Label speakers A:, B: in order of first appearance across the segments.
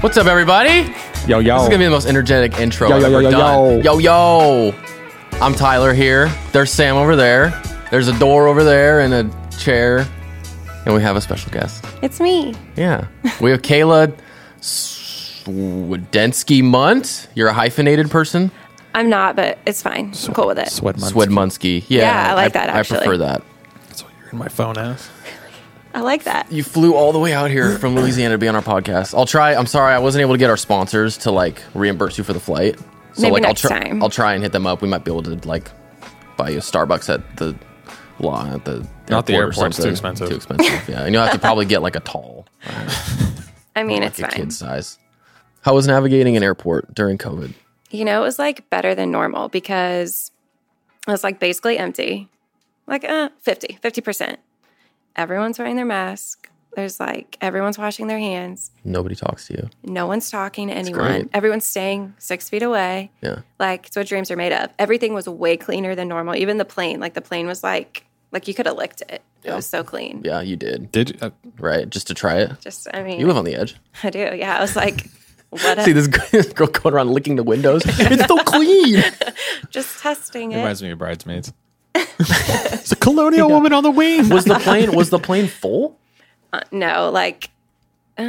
A: What's up, everybody?
B: Yo, yo.
A: This is gonna be the most energetic intro
B: Yo,
A: I've
B: yo, yo,
A: ever done.
B: yo, yo.
A: yo. I'm Tyler here. There's Sam over there. There's a door over there and a chair, and we have a special guest.
C: It's me.
A: Yeah, we have Kayla Swedensky Munt. You're a hyphenated person,
C: I'm not, but it's fine. I'm cool with it.
B: Sweat months.
A: Swedmunsky. Yeah,
C: Yeah, I like that, actually.
A: I prefer that.
B: That's what you're in my phone as.
C: I like that.
A: You flew all the way out here from Louisiana to be on our podcast. I'll try. I'm sorry, I wasn't able to get our sponsors to like reimburse you for the flight. So
C: Maybe
A: like,
C: next
A: I'll try.
C: time.
A: I'll try and hit them up. We might be able to like buy you a Starbucks at the law at the
B: Not the
A: airport or
B: airport, it's too
A: something.
B: expensive.
A: Too expensive. Yeah, and you'll have to probably get like a tall,
C: I mean,
A: like
C: it's
A: a
C: fine.
A: kid size. How was navigating an airport during COVID?
C: You know, it was like better than normal because it was like basically empty. Like uh 50, 50%. Everyone's wearing their mask. There's like everyone's washing their hands.
A: Nobody talks to you.
C: No one's talking to
A: great.
C: anyone. Everyone's staying six feet away.
A: Yeah.
C: Like it's what dreams are made of. Everything was way cleaner than normal. Even the plane. Like the plane was like like you could have licked it. It was so clean.
A: Yeah, you did.
B: Did you? Uh,
A: Right, just to try it.
C: Just I mean
A: You live on the edge.
C: I do. Yeah. I was like, what
A: See
C: a,
A: this girl going around licking the windows. It's so clean.
C: just testing
B: it
C: it.
B: reminds me of Bridesmaids. it's a colonial woman on the wing.
A: Was the plane was the plane full?
C: Uh, no, like
A: I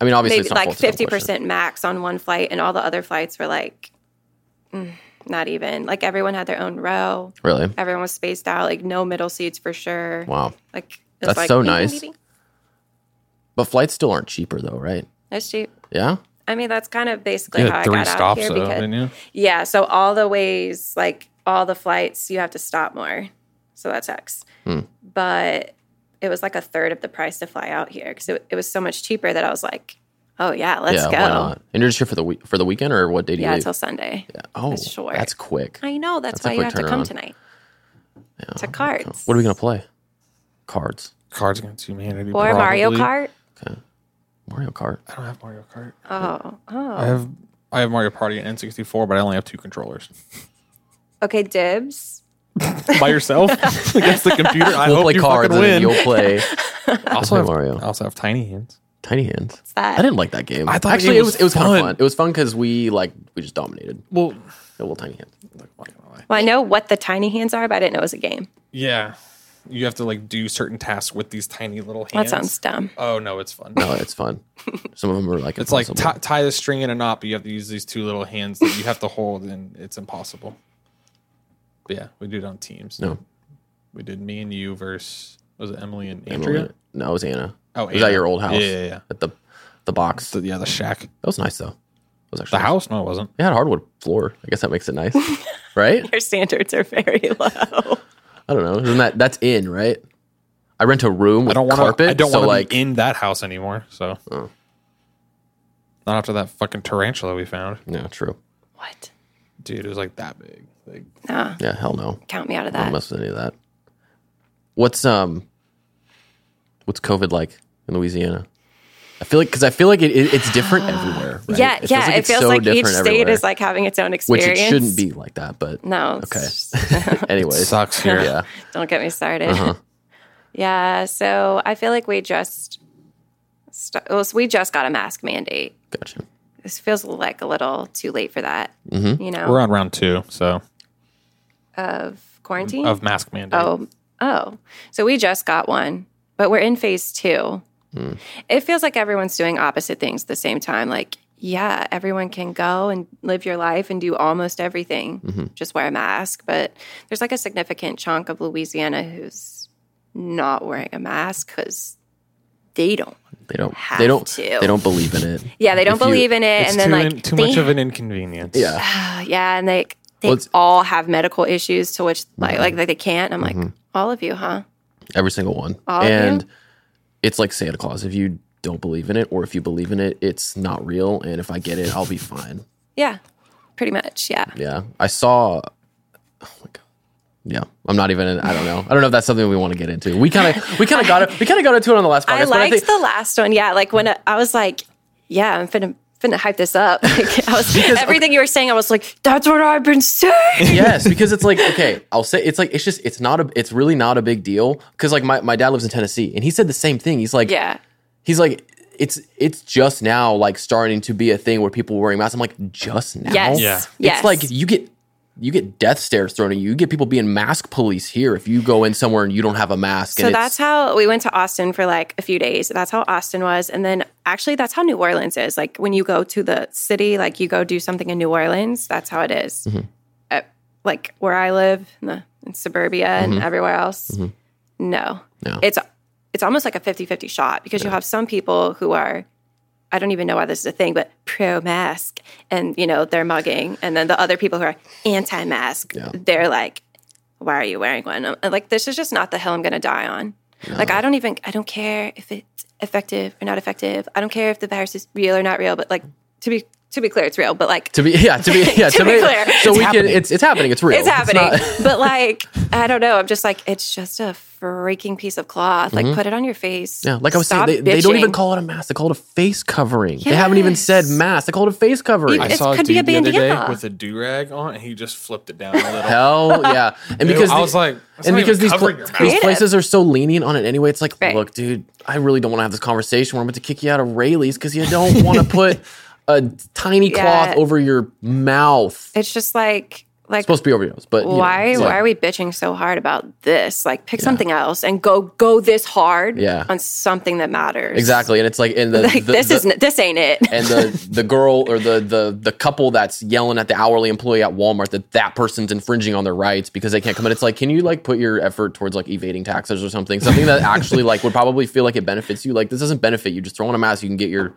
A: mean, obviously,
C: maybe
A: it's not
C: like
A: full, it's a
C: fifty
A: double portion.
C: percent max on one flight, and all the other flights were like mm, not even. Like everyone had their own row.
A: Really?
C: Everyone was spaced out. Like no middle seats for sure.
A: Wow.
C: Like it was
A: That's
C: like,
A: so
C: "Beep,
A: nice.
C: beep, beep."
A: But flights still aren't cheaper, though, right?
C: That's cheap.
A: Yeah.
C: I mean, that's kind of basically
B: You
C: how
B: had
C: I
B: three
C: got out
B: stops
C: here.
B: though,
C: because,
B: didn't you?
C: yeah, so all the ways, like all the flights, you have to stop more. So that sucks. But it was like a third of the price to fly out here because it, it was so much cheaper that I was like, oh yeah, let's
A: yeah.
C: go.
A: Why not? And you're just here for the week for the weekend, or what day do you
C: Yeah,
A: leave?
C: till Sunday.
A: oh,
C: it's short.
A: that's quick.
C: I know. That's,
A: a
C: why you
A: quick
C: have to come
A: turnaround.
C: tonight. to cards.
A: What are we gonna play? Cards.
B: Cards Against Humanity.
C: or Mario Kart.
A: Mario Kart.
B: I don't have Mario Kart.
C: Oh, oh.
B: I have I have Mario Party and N64, but I only have two controllers.
C: Okay, dibs.
B: By yourself against the computer. I
A: We'll
B: hope
A: play
B: you
A: cards, and
B: fucking
A: then
B: win.
A: you'll play
B: also have
A: Mario.
B: I also have tiny hands.
A: Tiny Hands.
C: It's that.
A: I didn't like that game.
B: I thought the
A: actually it
B: game was
A: was it was kind of
B: fun.
A: fun. It was fun because we like we just dominated.
B: Well,
A: A little Tiny Hands.
C: Well, I know what the tiny hands are, but I didn't know it was a game.
B: yeah, you have to like do certain tasks with these tiny little
C: That
B: hands.
C: sounds dumb.
B: Oh no, it's fun.
A: No, it's fun. Some of them are like
B: It's like
A: impossible.
B: ti- tie the string in a knot, but you have to use these two little hands that you have to hold, and it's impossible. But yeah, we did it on teams.
A: no.
B: We did me and you versus was it Emily and
A: Emily-
B: Andrea?
A: No, it was Anna.
B: Oh,
A: it was at
B: Anna.
A: your old house.
B: Yeah, yeah, yeah.
A: At the the box.
B: The, yeah, the shack,
A: That was nice though. It was actually
B: the
A: nice.
B: house. No, it wasn't.
A: It had hardwood floor. I guess that makes it nice, right?
C: Your standards are very low.
A: I don't know. Isn't that that's in right? I rent a room with
B: I don't want
A: carpet.
B: to. I don't
A: so
B: want to
A: like Oh.
B: be in that house anymore. So not after that fucking tarantula we found,
A: no, true.
C: what?
B: dude. It was like that big. Like
C: Nah,
A: Yeah, hell no.
C: count me out of
A: I don't
C: that.
A: mess with any of that. What's um, what's COVID like in Louisiana? I feel like because I feel like it, it, it's different everywhere. Right?
C: Yeah,
A: it
C: yeah.
A: Feels like
C: it
A: it's
C: feels
A: so
C: like each
A: different
C: state
A: everywhere,
C: is like having its own
A: which it
C: experience.
A: shouldn't be like that, but
C: No. it's
A: Okay.
C: just-
A: anyways,
B: sucks here.
A: Yeah, uh-huh.
C: don't get me started. yeah. So I feel like we just st- well, so we just got a mask mandate.
A: gotcha.
C: This feels like a little too late for that. You know,
B: Mm-hmm. We're on round two, so
C: of quarantine.
B: of mask mandate.
C: oh, oh. So we just got one, but we're in phase two.
B: Hmm.
C: It feels like everyone's doing opposite things at the same time. Like, yeah, everyone can go and live your life and do almost everything.
B: Mm-hmm.
C: Just wear a mask. But there's like a significant chunk of Louisiana who's not wearing a mask because they don't.
A: They don't.
C: Have
A: They don't.
C: to.
A: They don't believe in it.
C: Yeah, they don't
A: If you-
C: believe in it.
B: it's
C: And then,
B: too,
C: like,
B: in- too
C: they-
B: much of an inconvenience.
A: Yeah.
C: yeah, and they they
A: Well, it's- Mm-hmm.
C: all have medical issues to which like like, they can't. I'm like, all of you, huh?
A: Every single one.
C: All of
A: and
C: you?
A: it's like Santa Claus. If you don't believe in it, or if you believe in it, it's not real. And if I get it, I'll be fine.
C: Yeah, pretty much. Yeah.
A: Yeah. I saw. Oh my god. Yeah. I'm not even. I don't know. I don't know if that's something we want to get into. We kind of. We kind of got it. We kind of got into it on the last podcast.
C: I
A: but
C: liked
A: think-
C: the last one. Yeah, like when I, I was like, yeah, I'm finna finna hype this up. Like, I was everything you were saying. I was like, that's what I've been saying.
A: yes, because it's like okay, I'll say it's like it's just it's not a it's really not a big deal because like my, my dad lives in Tennessee and he said the same thing. He's like
C: Yeah,
A: he's like it's it's just now like starting to be a thing where people are wearing masks. I'm like, just now.
C: Yes.
B: Yeah.
C: Yes.
B: It's
A: It's like you get you get death stares thrown at you. You get people being mask police here if you go in somewhere and you don't have a mask.
C: so
A: and
C: that's
A: it's,
C: how we went to Austin for like a few days. That's how Austin was. And then actually, that's how New Orleans is. Like when you go to the city, like you go do something in New Orleans, that's how it is.
A: Mm-hmm.
C: Uh, like where I live in, the, in suburbia and everywhere else. No.
A: Mm-hmm. No.
C: It's it's almost like a 50-50 shot because you have some people who are I don't even know why this is a thing, but pro mask and you know, they're mugging and then the other people who are anti mask, they're like, Why are you wearing one? I'm- Like this is just not the hill I'm gonna die on. Like I don't even I don't care if it's effective or not effective. I don't care if the virus is real or not real, but like to be to be clear, it's real, but like
A: to be yeah to be yeah
C: To be clear.
A: So we
B: happening.
A: can it's it's happening. It's real.
C: it's happening.
A: not-
C: but like, I don't know. I'm just like, it's just a freaking piece of cloth. Like, put it on your face.
A: Mm-hmm. yeah, like I was
C: Stop
A: saying, they, they don't even
C: bitching.
A: call it a mask. They call it a face covering. They haven't even said
C: Yes.
A: mask. They call it a face covering.
C: It could be a bandana.
B: with a do rag on, and he just flipped it down a little.
A: Hell yeah! And because
B: I
A: the-
B: was like, that's
A: and
B: not
A: because these,
B: even
A: pla-
B: covering your mouth.
A: these places are so lenient on it anyway, it's like,
C: Right.
A: look, dude, I really don't want to have this conversation where I'm about to kick you out of Rayleigh's because you don't want to put a tiny
C: Yeah.
A: cloth over your mouth. It's
C: It's just like, like,
A: supposed to be over yours, but you know,
C: why,
A: it's
C: why
A: like-
C: are we bitching so hard about this? Like, pick something else and go, go this hard
A: Yeah.
C: on something that matters.
A: exactly? And it's like, and the,
C: Like,
A: the-
C: this
A: the-
C: isn't, this ain't it.
A: and the the girl or the the the couple that's yelling at the hourly employee at Walmart that that person's infringing on their rights because they can't come in. It's like, can you like put your effort towards like evading taxes or something? Something that actually like would probably feel like it benefits you. Like this doesn't benefit you. Just throw on a mask, you can get your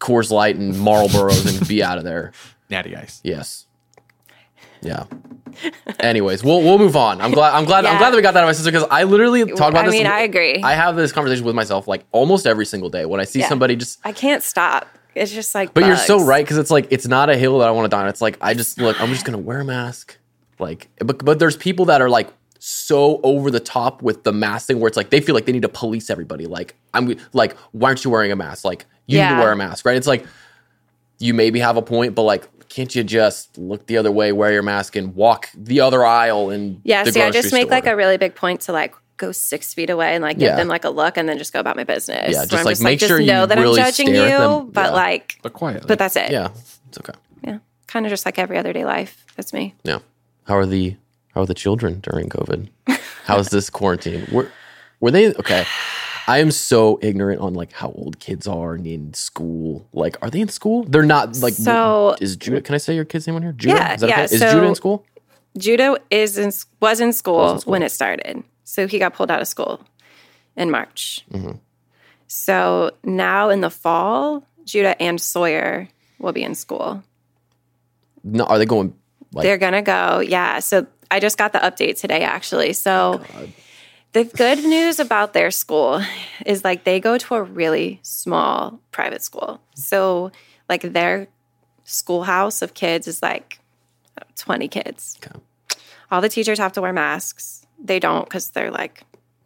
A: Coors Light and Marlboros and be out of there.
B: natty ice.
A: Yes. Yeah. Anyways, we'll we'll move on. I'm glad I'm glad I'm
C: Yeah.
A: glad that we got that out of my sister because I literally talk about
C: I
A: this.
C: mean, I agree.
A: I have this conversation with myself like almost every single day when I see
C: Yeah.
A: somebody just
C: I can't stop. It's just like,
A: but you're so
C: bugs.
A: right because it's like it's not a hill that I want to die on. It's like I just look. I'm just gonna wear a mask. Like, but but there's people that are like so over the top with the mask thing where it's like they feel like they need to police everybody. Like I'm like, why aren't you wearing a mask? Like you need
C: Yeah.
A: to wear a mask, right? It's like you maybe have a point, but like. Can't you just look the other way, wear your mask, and walk the other aisle? And
C: Yeah.
A: the
C: See, I
A: grocery
C: just make
A: store?
C: like a really big point to like, Go six feet away and like give
A: Yeah.
C: them like a look and then just go about my business.
A: Yeah,
C: So
A: just,
C: I'm
A: like, make
C: just
A: sure you
C: know that
A: really
C: I'm judging you,
A: stare at them.
C: but
A: Yeah.
C: like
B: But quietly.
C: But that's it.
A: yeah, it's okay.
C: Yeah. Kind of just like every other day life. That's me.
A: Yeah. How are the how are the children during COVID? How's this quarantine? Were were they okay? I am so ignorant on like how old kids are and in school. Like, are they in school? They're not like.
C: So-
A: is Judah? Can I say your kid's name on here? Judah?
C: Yeah,
A: is that
C: yeah,
A: okay? Is
C: so-
A: Judah in school?
C: Judo is in, was in school when it started. So he got pulled out of school in March. So now in the fall, Judah and Sawyer will be in school.
A: No, are they going? Like,
C: They're going to go. Yeah. So I just got the update today, actually. So
A: Oh,
C: the good news about their school is like they go to a really small private school. So, like, their schoolhouse of kids is like 20 kids.
A: Okay.
C: All the teachers have to wear masks. They don't because they're like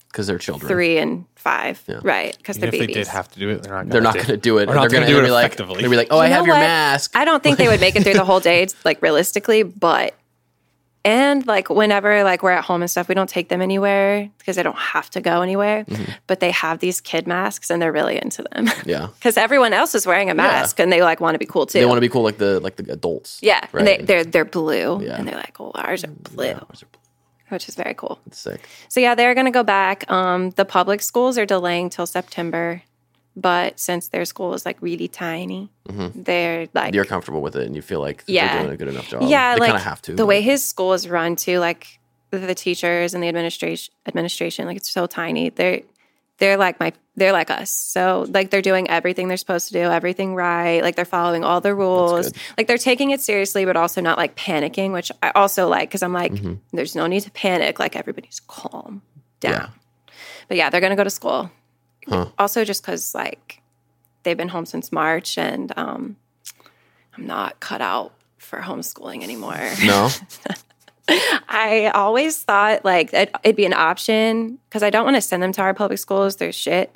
A: because they're children.
C: three and five, right? Because
B: Even
C: they're
B: if
C: babies.
B: they did have to do it, they're not. Gonna
A: They're not
B: do
A: going to do it.
B: Or not
A: They're going to
B: gonna do it
A: be like, they're
B: effectively.
A: gonna be like, oh, I
C: You know
A: have your
C: what?
A: mask.
C: I don't think they would make it through the whole day, like realistically, but and like whenever like we're at home and stuff, we don't take them anywhere because they don't have to go anywhere.
A: Mm-hmm.
C: But they have these kid masks and they're really into them.
A: yeah,
C: Because everyone else is wearing a mask and they like want to be cool too.
A: they want to be cool like the like the adults.
C: yeah.
A: right.
C: And they, they're they're blue.
A: Yeah. Mm,
C: And they're like, well, ours are blue, which is very cool.
A: It's sick.
C: So yeah, they're going to go back. Um, the public schools are delaying till September, but since their school is like really tiny, they're like
A: Mm-hmm. You're comfortable with it, and you feel like
C: Yeah.
A: they're doing a good enough job.
C: yeah,
A: they
C: like
A: kind of have to.
C: the
A: but-
C: way his school is run too, like the teachers and the administration administration, like it's so tiny. They're they're like my they're like us. So like they're doing everything they're supposed to do, everything right. Like they're following all the rules.
A: good.
C: Like they're taking it seriously, but also not like panicking, which I also like because I'm
A: mm-hmm.
C: like, there's no need to panic. Like everybody's calm down. But yeah, they're gonna go to school.
A: Huh.
C: Also, just because like they've been home since March, and um, I'm not cut out for homeschooling anymore.
A: No.
C: I always thought like it, it'd be an option because I don't want to send them to our public schools. They're shit.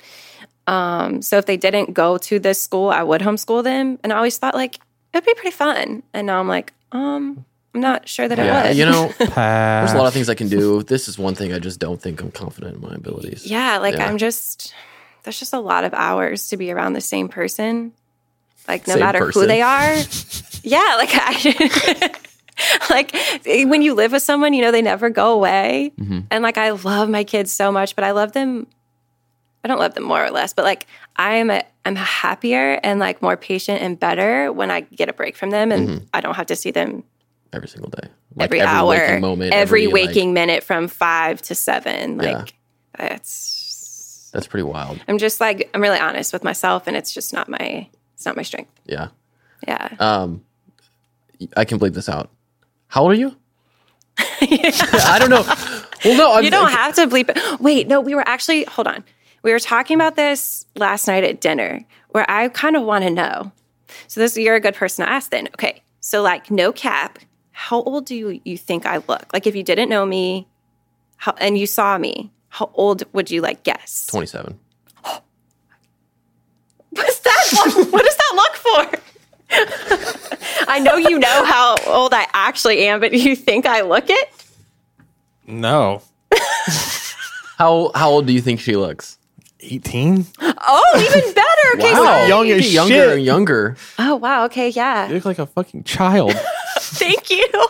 C: Um, so if they didn't go to this school, I would homeschool them. And I always thought like it'd be pretty fun. And now I'm like, um, I'm not sure that
A: Yeah,
C: it would.
A: you know,
B: it. Pass.
A: there's a lot of things I can do. This is one thing I just don't think I'm confident in my abilities.
C: yeah, like
A: Yeah.
C: I'm just that's just a lot of hours to be around the same person. Like no
A: Same
C: matter who
A: person.
C: they are. yeah, like I like when you live with someone, you know they never go away.
A: Mhm.
C: And like I love my kids so much, but I love them I don't love them more or less, but like I'm a, I'm happier and like more patient and better when I get a break from them and I don't have to see them
A: Mm-hmm. every single day,
C: every, hour,
A: waking moment,
C: every,
A: like-
C: waking minute from five to seven.
A: Yeah.
C: Like that's
A: that's pretty wild.
C: I'm just like I'm really honest with myself, and it's just not my it's not my strength.
A: Yeah.
C: Yeah,
A: Um, I can bleep this out. How old are you? I don't know. Well, no, I'm,
C: you don't have to bleep it. Wait, no, we were actually hold on. We were talking about this last night at dinner, where I kind of want to know. So this you're a good person to ask. Then okay, so like no cap, how old do you, you think I look? Like if you didn't know me, how, and you saw me, how old would you like guess?
A: 27.
C: What's that? Look, what does that look for? I know you know how old I actually am, but you think I look it?
B: No.
A: How how old do you think she looks?
B: 18?
C: Oh, even better. Okay, so-
B: Young
A: You
B: as
A: get younger
B: shit.
A: and younger.
C: oh wow. Okay,
B: You
C: yeah.
B: look like a fucking child.
C: Thank you.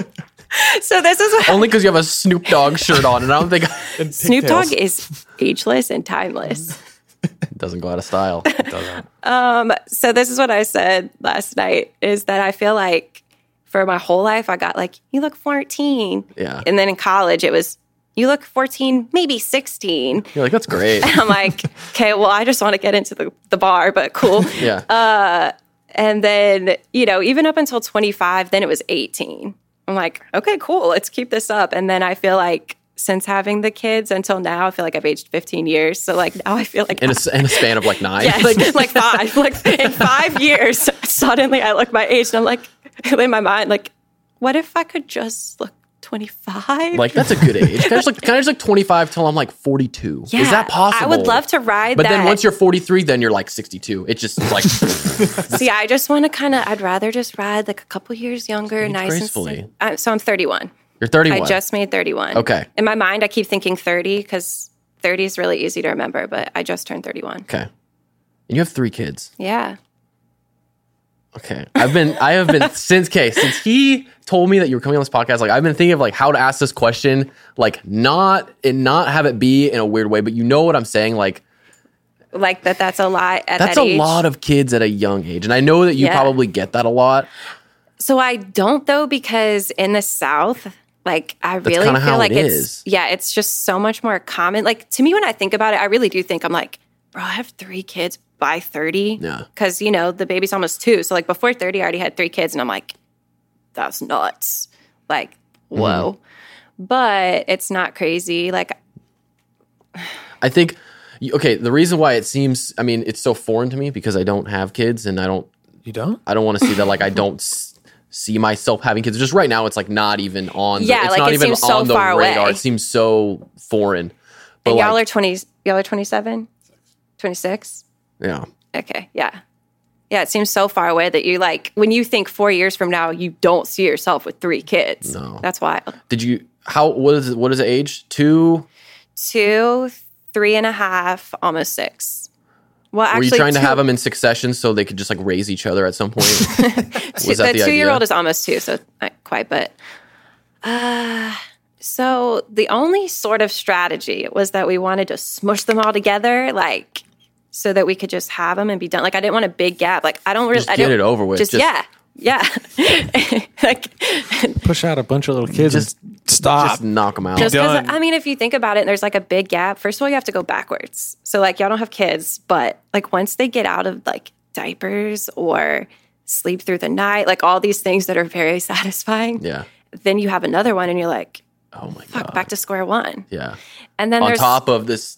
C: So this is what
A: Only because you have a Snoop Dogg shirt on, and I don't think
B: And
C: Snoop Dogg
B: pigtails.
C: is ageless and timeless.
A: it doesn't go out of style.
B: Doesn't.
C: So this is what I said last night is that I feel like for my whole life I got like you look 14.
A: Yeah.
C: And then in college it was you look 14, maybe 16.
A: You're like, that's great.
C: I'm like, okay, well, I just want to get into the, the bar, but cool.
A: Yeah.
C: Uh, And then, you know, even up until 25, then it was 18. I'm like, okay, cool, let's keep this up. And then I feel like since having the kids until now, I feel like I've aged 15 years. So like now I feel like
A: in, a, s- in a span of like nine.
C: yes,
A: Like,
C: like, five, like in five years, suddenly I look my age and I'm like, in my mind, like, what if I could just look 25?
A: like, that's a good age. Can I just like, can I just like 25 till I'm like 42? Is that possible?
C: I would love to ride
A: But
C: that.
A: then once you're 43, then you're like 62. It just is like
C: See, I just want to kind of. I'd rather just ride like a couple years younger, nice
A: gracefully.
C: and safe. Uh, so I'm 31.
A: you're 31.
C: I just made 31.
A: Okay.
C: In my mind, I keep thinking 30 because 30 is really easy to remember. But I just turned 31.
A: okay. And you have three kids.
C: Yeah.
A: Okay. I've been I have been since K, since he told me that you were coming on this podcast, like I've been thinking of like how to ask this question, like not and not have it be in a weird way, but you know what I'm saying? Like
C: Like that. That's a lot at
A: that's
C: that
A: a
C: age.
A: lot of kids at a young age. And I know that you
C: Yeah.
A: probably get that a lot.
C: So I don't though because in the South, like I really
A: kinda
C: feel
A: how
C: like
A: it
C: it's
A: is.
C: yeah, it's just so much more common. Like to me, when I think about it, I really do think I'm like, bro, I have three kids by thirty.
A: Yeah.
C: because you know the baby's almost two. So like before thirty, I already had three kids, and I'm like, that's nuts. Like
A: Mm-hmm.
C: whoa, but it's not crazy. Like
A: I think okay, the reason why it seems I mean, it's so foreign to me because I don't have kids and I don't
B: You don't?
A: I don't want to see that like I don't s- see myself having kids. Just right now, it's like not even on. The,
C: Yeah,
A: it's
C: like,
A: not
C: it
A: even
C: seems so
A: on the
C: far
A: radar.
C: away.
A: It seems so foreign. But
C: and y'all are
A: like,
C: twenty, y'all are twenty seven, twenty six.
A: yeah,
C: Okay. Yeah. Yeah. It seems so far away that you like, when you think four years from now, you don't see yourself with three kids.
A: No.
C: That's wild.
A: did you? How? What is? What is the age? Two?
C: Two, three and a half, almost six. Well,
A: Were
C: actually,
A: you trying to
C: two-
A: have them in succession so they could just like raise each other at some point?
C: two-
A: was that
C: the
A: the
C: two year old
A: idea?
C: is almost two, so not quite, but. Uh, so the only sort of strategy was that we wanted to smush them all together, like so that we could just have them and be done. Like I didn't want a big gap. Like I don't really
A: Just
C: I
A: get
C: don't-
A: it over with.
C: Just,
A: Just-
C: yeah, yeah. like
B: Push out a bunch of little kids. Just stop.
A: Just knock them out.
C: Just 'cause,
B: Done.
C: I mean, if you think about it, and there's like a big gap. First of all, you have to go backwards. So like, y'all don't have kids, but like once they get out of like diapers or sleep through the night, like all these things that are very satisfying,
A: yeah.
C: then you have another one, and you're like,
A: Oh my
C: fuck,
A: god.
C: back to square one.
A: Yeah.
C: And then
A: On
C: there's
A: top of this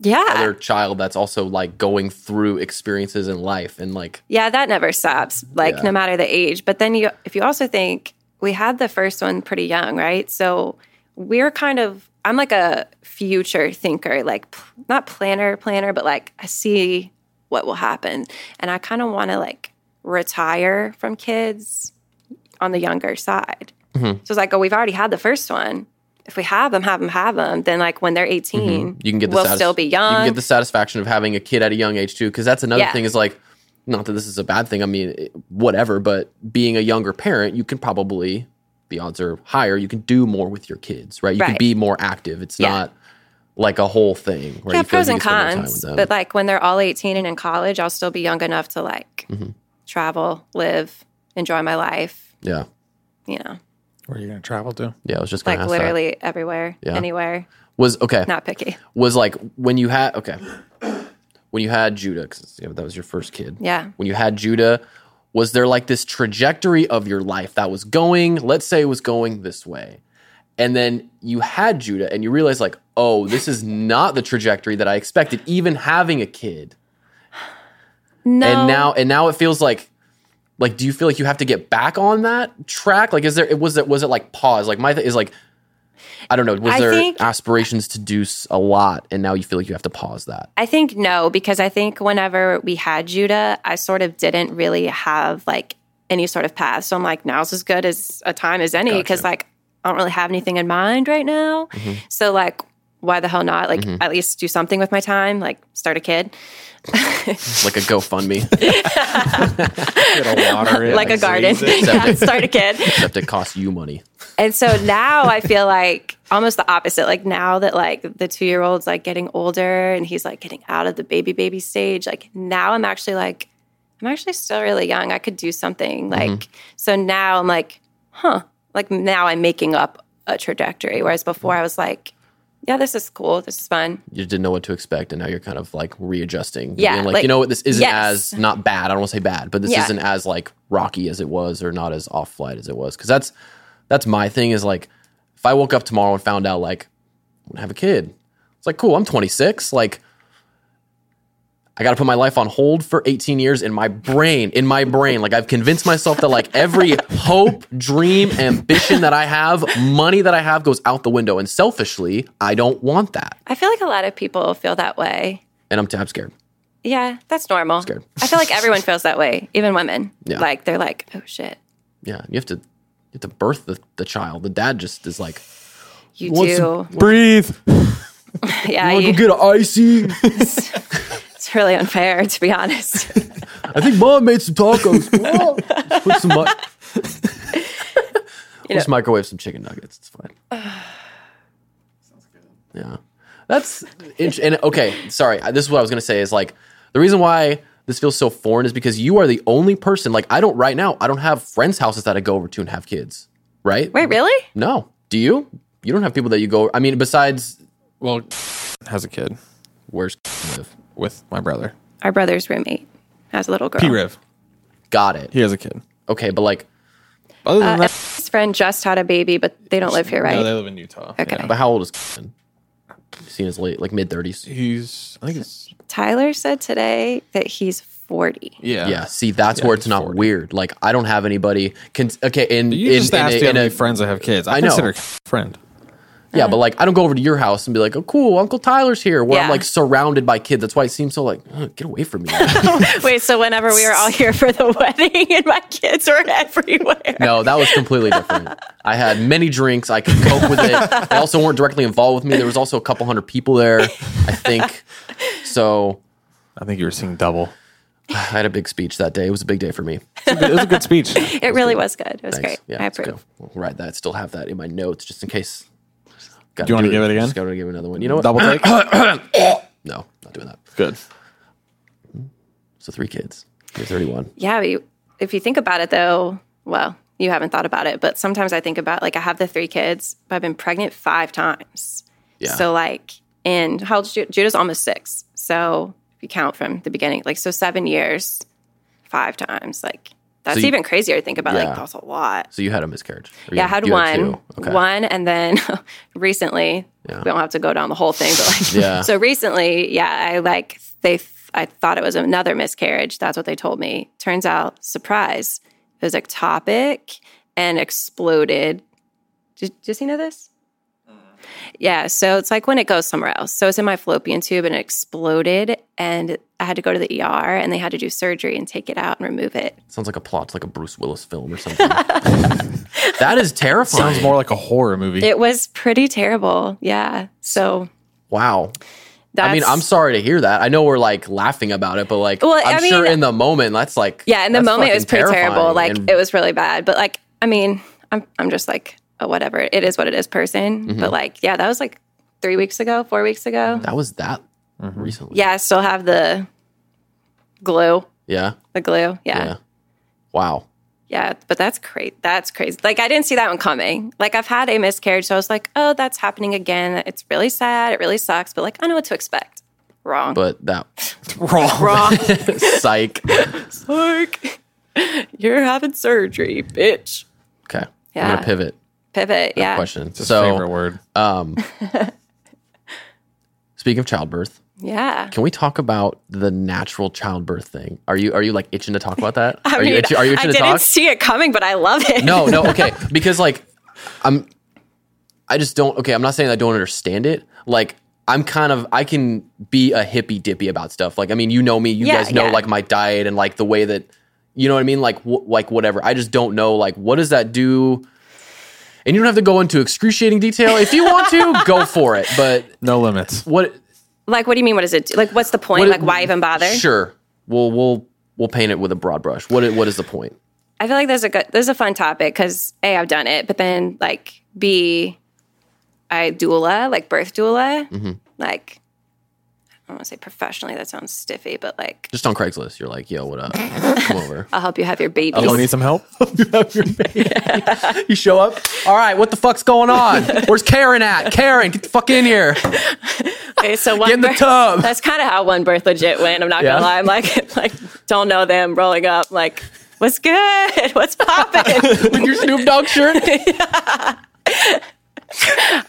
C: yeah,
A: other child that's also like going through experiences in life and like
C: yeah, that never stops. Like
A: Yeah.
C: no matter the age. But then you, if you also think we had the first one pretty young, right? So we're kind of. I'm like a future thinker, like p- not planner, planner, but like I see what will happen. And I kind of want to like retire
A: Mm-hmm.
C: from kids on the younger side. So it's like, oh, we've already had the first one. if we have them, have them, have them, then like when they're 18,
A: Mm-hmm. You can get the
C: we'll
A: satis-
C: still be
A: You
C: young.
A: can get the satisfaction of having a kid at a young age too, because that's another
C: Yeah.
A: thing is like, not that this is a bad thing. I mean, it- whatever. But being a younger parent, you can probably the odds are higher. You can do more with your kids, right? You can
C: Right.
A: be more active. It's
C: Yeah.
A: not like a whole thing. Right?
C: yeah,
A: you feel like
C: pros
A: you can
C: and
A: spend more time with
C: cons.
A: them.
C: But like when they're all 18 and in college, I'll still be young enough to like
A: Mm-hmm.
C: travel, live, enjoy my life,
A: yeah,
C: you know,
B: Where are you going to travel to?
A: yeah. I was just gonna
C: like
A: ask that.
C: literally everywhere,
A: Yeah.
C: anywhere,
A: was okay.
C: not picky.
A: Was like when you had okay, when you had Judah, 'cause, yeah, that was your first kid.
C: Yeah.
A: when you had Judah, was there like this trajectory of your life that was going, let's say it was going this way. And then you had Judah and you realized like, oh, this is not the trajectory that I expected, even having a kid.
C: No.
A: And now and now it feels like like do you feel like you have to get back on that track? Like is there it was it was it like pause? Like my thing is like I don't know, was
C: I
A: there
C: think-
A: aspirations to do s- a lot and now you feel like you have to pause that?
C: I think no, because I think whenever we had Judah, I sort of didn't really have like any sort of path. So I'm like, now's as good as a time as any because
A: Gotcha. Mm-hmm.
C: like I don't really have anything in mind right now. So like, why the hell not? Like, at least do something with my time. Like, start a kid,
A: Like a GoFundMe,
B: Get a water it,
C: like a garden.
B: raise it.
C: yeah, start a kid.
A: except it costs you money.
C: And so now I feel like almost the opposite. Like now that like the two year old's like getting older and he's like getting out of the baby baby stage, like now I'm actually like, I'm actually still really young. I could do something. Like so now I'm like, huh. Like now I'm making up a trajectory. Whereas before I was like, yeah, this is cool. This is fun.
A: you didn't know what to expect and now you're kind of like readjusting
C: Yeah,
A: Being like,
C: like-
A: you know what this isn't
C: Yes.
A: as not bad i don't want to say bad but this
C: Yeah.
A: isn't as like rocky as it was or not as off flight as it was because that's that's my thing is like if i woke up tomorrow and found out like i'm gonna have a kid it's like cool i'm 26 like I got to put my life on hold for 18 years in my brain, in my brain. Like I've convinced myself that like every hope, dream, ambition that I have, money that I have goes out the window and selfishly, I don't want that.
C: I feel like a lot of people feel that way.
A: And I'm tab scared.
C: Yeah, that's normal.
A: Scared.
C: I feel like everyone feels that way, even women.
A: Yeah.
C: Like they're like, oh shit,
A: Yeah, you have to you have to birth the, the child. The dad just is like,
C: you
A: What's-
C: do.
B: Breathe.
C: yeah,
A: I
C: you,
A: get an icy.
C: it's really unfair to be honest.
A: I think mom made some tacos. Whoa. Just Put some. mi- Just microwave some chicken nuggets. It's fine. Yeah, that's int- and okay. Sorry, I- this is what I was gonna say. Is like the reason why this feels so foreign is because you are the only person. Like I don't right now. I don't have friends' houses that I go over to and have kids. Right?
C: Wait, really?
A: No. Do you? You don't have people that you go. I mean, besides
B: Well, has a kid
A: where's live?
B: with my brother.
C: Our brother's roommate has a little girl.
B: P Rev.
A: Got it.
B: He has a kid.
A: Okay, but like,
B: Other than that,
C: His friend just had a baby, but they don't live here, right?
B: no, they live in Utah.
C: Okay.
A: but how old is seen as late, like mid thirties?
B: Yeah. He's, I think it's,
C: Tyler said today that he's 40.
B: yeah.
A: Yeah. See, that's where it's
B: he's
A: not
B: 40.
A: weird. Like, I don't have anybody. Can, okay, in
B: You
A: in,
B: just
A: in a-
B: asked if you
A: in
B: have
A: a-
B: any friends I have kids. I,
A: I know.
B: consider a friend.
A: yeah, but like, I don't go over to your house and be like, "Oh, cool, Uncle Tyler's here." Where I'm
C: Yeah.
A: like surrounded by kids. That's why it seems so like, "Ugh, get away from me.
C: Wait, so whenever we were all here for the wedding and my kids were everywhere.
A: no, that was completely different. I had many drinks. I could cope with it. They also weren't directly involved with me. There was also a couple hundred people there, I think. So
B: I think you were seeing double.
A: I had a big speech that day. It was a big day for me.
B: It was a good speech.
C: It really was good. It was
A: Thanks.
C: great. I
A: let's
C: approve.
A: go. We'll write that. Still have that in my notes just in case. Gotta
B: Do you wanna give it again?
A: Just gotta give another one. You know what?
B: double take.
A: No, not doing that.
B: good.
A: So three kids. You're 31.
C: Yeah, but you, if you think about it though, well, you haven't thought about it, but sometimes I think about like I have the three kids, but I've been pregnant five times.
A: Yeah.
C: So like, and how old Judah? Judah's almost six. So if you count from the beginning, like so seven years, five times, like that's
A: So you-
C: even crazier to think about.
A: Yeah.
C: Like that's a lot.
A: So you had a miscarriage. Or
C: Yeah,
A: you-
C: I had
A: you
C: one,
A: two. Okay.
C: one, and then recently we don't have to go down the whole thing, but like,
A: Yeah.
C: so recently, yeah, I like they. I thought it was another miscarriage. That's what they told me. Turns out, surprise, it was ectopic and exploded. Did, does he know this?
A: Mm.
C: Yeah, so it's like when it goes somewhere else. So it's in my fallopian tube and it exploded, and I had to go to the ER and they had to do surgery and take it out and remove it.
A: Sounds like a plot, to like a Bruce Willis film or something. That is terrifying.
B: Sounds more like a horror movie.
C: It was pretty terrible. Yeah. So
A: wow.
C: that's.
A: I mean, I'm sorry to hear that. I know we're like laughing about it, but like,
C: Well,
A: I'm
C: I mean-
A: sure in the moment that's like,
C: Yeah, in the
A: that's
C: moment it was
A: fucking
C: pretty terrible.
A: terrifying.
C: Like
A: And
C: it was really bad. But like I mean, I'm I'm just like a whatever. It is what it is person. But like yeah, that was like 3 weeks ago, 4 weeks ago.
A: Mm-hmm. that was that
B: Mm-hmm.
A: recently.
C: Yeah, I still have the glue,
A: Yeah.
C: the glue. Yeah.
A: Yeah.
C: Yeah.
A: Wow.
C: but that's crazy. That's crazy. Like I didn't see that one coming. Like I've had a miscarriage, so I was like, "Oh, that's happening again. It's really sad. It really sucks." But like I know what to expect. Wrong.
A: But that
B: Wrong.
C: Wrong.
A: psych.
C: like you're having surgery, bitch.
A: Okay. I'm
C: Yeah. Uh,
A: gonna pivot
C: Pivot. Yeah.
A: question.
B: It's his favorite
A: so,
B: word.
A: um, speaking of childbirth,
C: Yeah.
A: can we talk about the natural childbirth thing? Are you are you like itching to talk about that?
C: I
A: are
C: mean,
A: you itch- are you
C: I
A: itching to
C: didn't
A: talk?
C: see it coming, but I love it.
A: no, no, okay. Because like I'm I just don't okay, I'm not saying I don't understand it. Like I'm kind of I can be a hippy dippy about stuff. Like I mean, you know me, you
C: Yeah,
A: guys know
C: yeah.
A: like my diet and like the way that you know what I mean, like wh- like whatever. I just don't know like what does that do? And you don't have to go into excruciating detail. If you want to, go for it. But
B: No limits.
A: what
C: Like, what do you mean? What is it? do? Like, what's the point?
A: What-
C: like, why even bother?
A: Sure. We'll we'll we'll paint it with a broad brush. What i- what is the point?
C: I feel like there's a good, there's a fun topic because a I've done it, but then like b I doula like birth doula
A: Mm-hmm.
C: like I don't want to say professionally that sounds stiffy, but like
A: Just on Craigslist, you're like, yo, what up? Come over.
C: I'll help you have your
B: Anyone
C: babies.
B: need some help?
A: You show up. All right, what the fuck's going on? Where's Karen at? Karen, get the fuck in here.
C: Okay, so one
A: Get in the
C: birth-
A: tub.
C: That's kind of how one birth legit went. I'm not
A: Yeah.
C: gonna lie. I'm like like don't know them rolling up like what's good, what's poppin'.
A: With your Snoop Dogg shirt.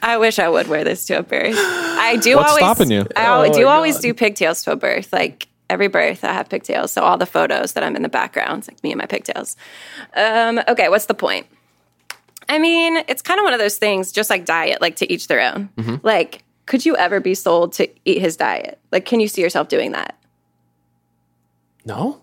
C: I wish I would wear this to a birth. I do
B: What's
C: always
B: stopping you?
C: I al-
A: Oh my
C: do always
A: God.
C: do pigtails to a birth. Like every birth, I have pigtails. So all the photos that I'm in the background, it's like me and my pigtails. Um, okay, what's the point? I mean, it's kind of one of those things, just like diet, like to each their own.
B: Mm-hmm.
C: Like, could you ever be sold to eat his diet? Like, can you see yourself doing that?
A: No.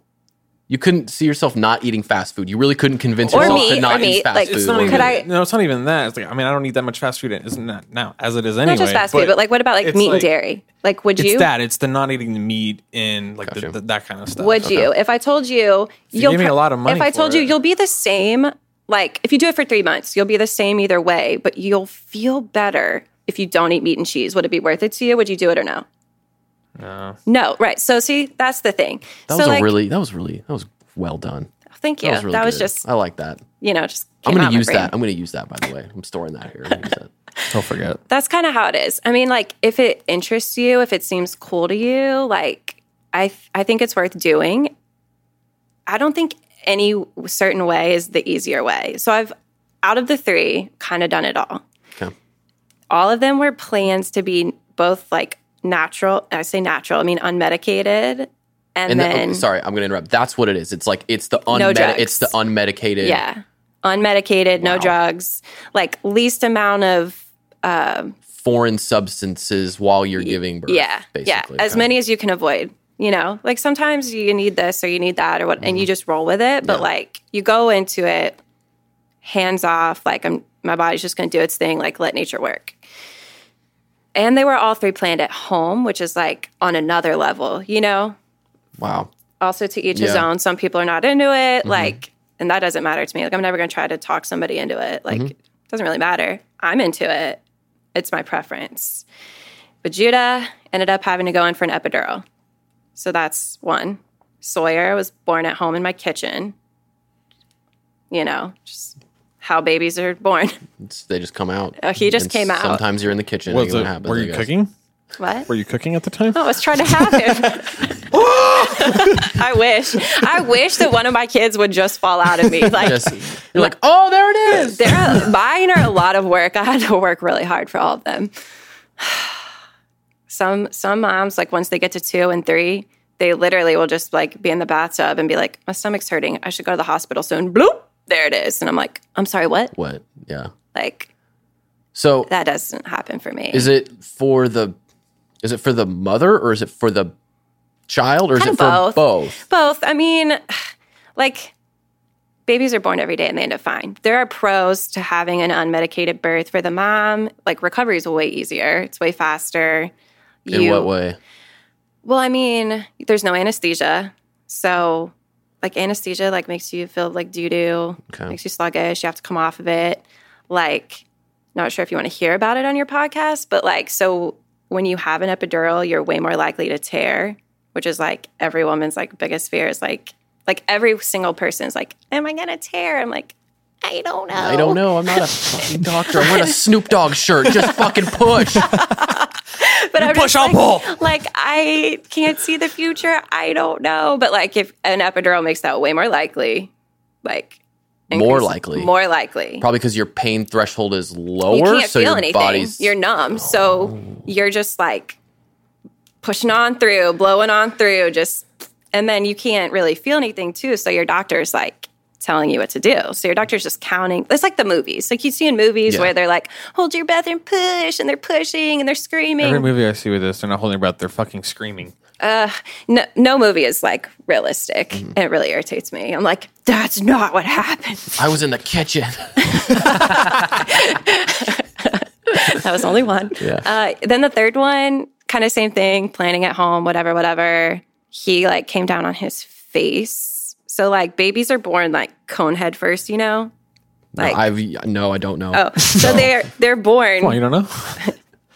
A: You couldn't see yourself not eating fast food. You really couldn't convince
C: Or
A: yourself
C: meat,
A: to
C: or
A: not eat
C: meat,
A: fast
C: like,
A: food.
C: It's
B: It's not
A: or
B: even,
C: Could
A: meat.
C: I-
B: no, it's not even that. It's like I mean, I don't need that much fast food. It isn't that now as it is
C: Not
B: anyway.
C: just fast food, but like, what about like
B: it's
C: meat and
B: like-
C: dairy? Like, would
B: It's
C: you?
B: that. It's the not eating the meat and like
A: Gotcha.
B: the, the, that kind of stuff.
C: Would you? If I told you,
B: you give me a
C: pro-
B: lot of money
C: If I
B: for
C: told you,
B: it.
C: you'll be the same. Like if you do it for three months, you'll be the same either way, but you'll feel better if you don't eat meat and cheese. Would it be worth it to you? Would you do it or no?
B: No.
C: No, right. So see, that's the thing.
A: That
C: so
A: was
C: like,
A: a really that was really that was well done.
C: thank you.
A: That was
C: That was,
A: really good.
C: just
A: I like that.
C: you know just.
A: I'm
C: came
A: gonna
C: out my
A: use
C: brain.
A: that. I'm gonna use that by the way. I'm storing that here. I'm gonna use that.
B: Don't forget.
C: that's kind of how it is. I mean, like if it interests you, if it seems cool to you, like I th- I think it's worth doing. I don't think any certain way is the easier way. So I've out of the 3 kind of done it all.
A: Okay.
C: All of them were plans to be both like natural, I say natural, I mean unmedicated and,
A: And
C: then
A: the, oh, sorry, I'm gonna interrupt. That's what it is. It's like it's the unmed-
C: drugs.
A: it's the unmedicated.
C: yeah, unmedicated,
A: Wow.
C: no drugs, like least amount of um
A: foreign substances while you're giving birth.
C: Yeah.
A: basically.
C: Yeah. As
A: Okay.
C: many as you can avoid. You know, like sometimes you need this or you need that or what, and you just roll with it. But
A: Mm-hmm. Yeah.
C: like you go into it hands off, like I'm, my body's just going to do its thing, like let nature work. And they were all three planned at home, which is like on another level, you know?
A: Wow.
C: Also to each his
A: Yeah.
C: own. Some people are not into it,
B: Mm-hmm.
C: like, and that doesn't matter to me. Like I'm never going to try to talk somebody into it.
B: Mm-hmm.
C: Like it doesn't really matter. I'm into it. It's my preference. But Judah ended up having to go in for an epidural. So that's one. Sawyer was born at home in my kitchen. You know, just how babies are born.
A: It's- they just come out.
C: Oh, he just
A: And
C: came out.
A: Sometimes you're in the kitchen.
B: Was
A: and
B: it,
A: it happens,
B: were
A: I
B: you
A: guess.
B: cooking?
C: What?
B: Were you cooking at the time?
C: I was trying to have him. I wish. I wish that one of my kids would just fall out of me. Like
A: Just- you're like, oh, there it is.
C: they're mine are a lot of work. I had to work really hard for all of them. Some some moms like once they get to two and three, they literally will just like be in the bathtub and be like, "My stomach's hurting. I should go to the hospital soon." Bloop, there it is, and I'm like, "I'm sorry, what?"
A: What? Yeah.
C: Like
A: So
C: that doesn't happen for me.
A: is it for the is it for the mother or is it for the child or is
C: Kinda
A: it for
C: both.
A: both?
C: both? I mean, like babies are born every day and they end up fine. There are pros to having an unmedicated birth for the mom. Like recovery is way easier. It's way faster.
A: In what way?
C: Well, I mean, there's no anesthesia. So like anesthesia like makes you feel like doo doo,
A: Okay.
C: makes you sluggish, you have to come off of it. Like, not sure if you want to hear about it on your podcast, but like so when you have an epidural, you're way more likely to tear, which is like every woman's like biggest fear is like like every single person's like, Am I gonna tear? I'm like, I don't know.
A: I don't know. I'm not a fucking doctor. I'm wearing a Snoop Dogg shirt. Just fucking push.
C: but I'm
B: push,
C: just
B: I'll
C: like,
B: pull.
C: Like I can't see the future. I don't know. But like if an epidural makes that way more likely, like
A: More
C: increase-
A: likely.
C: more likely.
A: Probably because your pain threshold is lower,
C: you can't
A: so
C: feel
A: your
C: anything.
A: body's Oh.
C: You're numb, so you're just like pushing on through, blowing on through, just and then you can't really feel anything too. So your doctor's like telling you what to do. So your doctor's just counting. It's like the movies, like you see in movies
A: Yeah.
C: where they're like, "Hold your breath and push," and they're pushing and they're screaming.
B: Every movie I see with this, they're not holding their breath; they're fucking screaming.
C: no, no movie is like realistic
A: Mm-hmm.
C: and it really irritates me. I'm like, that's not what happened.
A: I was in the kitchen.
C: that was only one.
A: Yeah.
C: Uh, then the third one, kind of same thing, planning at home, whatever, whatever. He like came down on his face. So like babies are born like cone head first, you know? Like
A: I've no, I don't know.
C: oh, so they're they're born
B: Well, you don't know.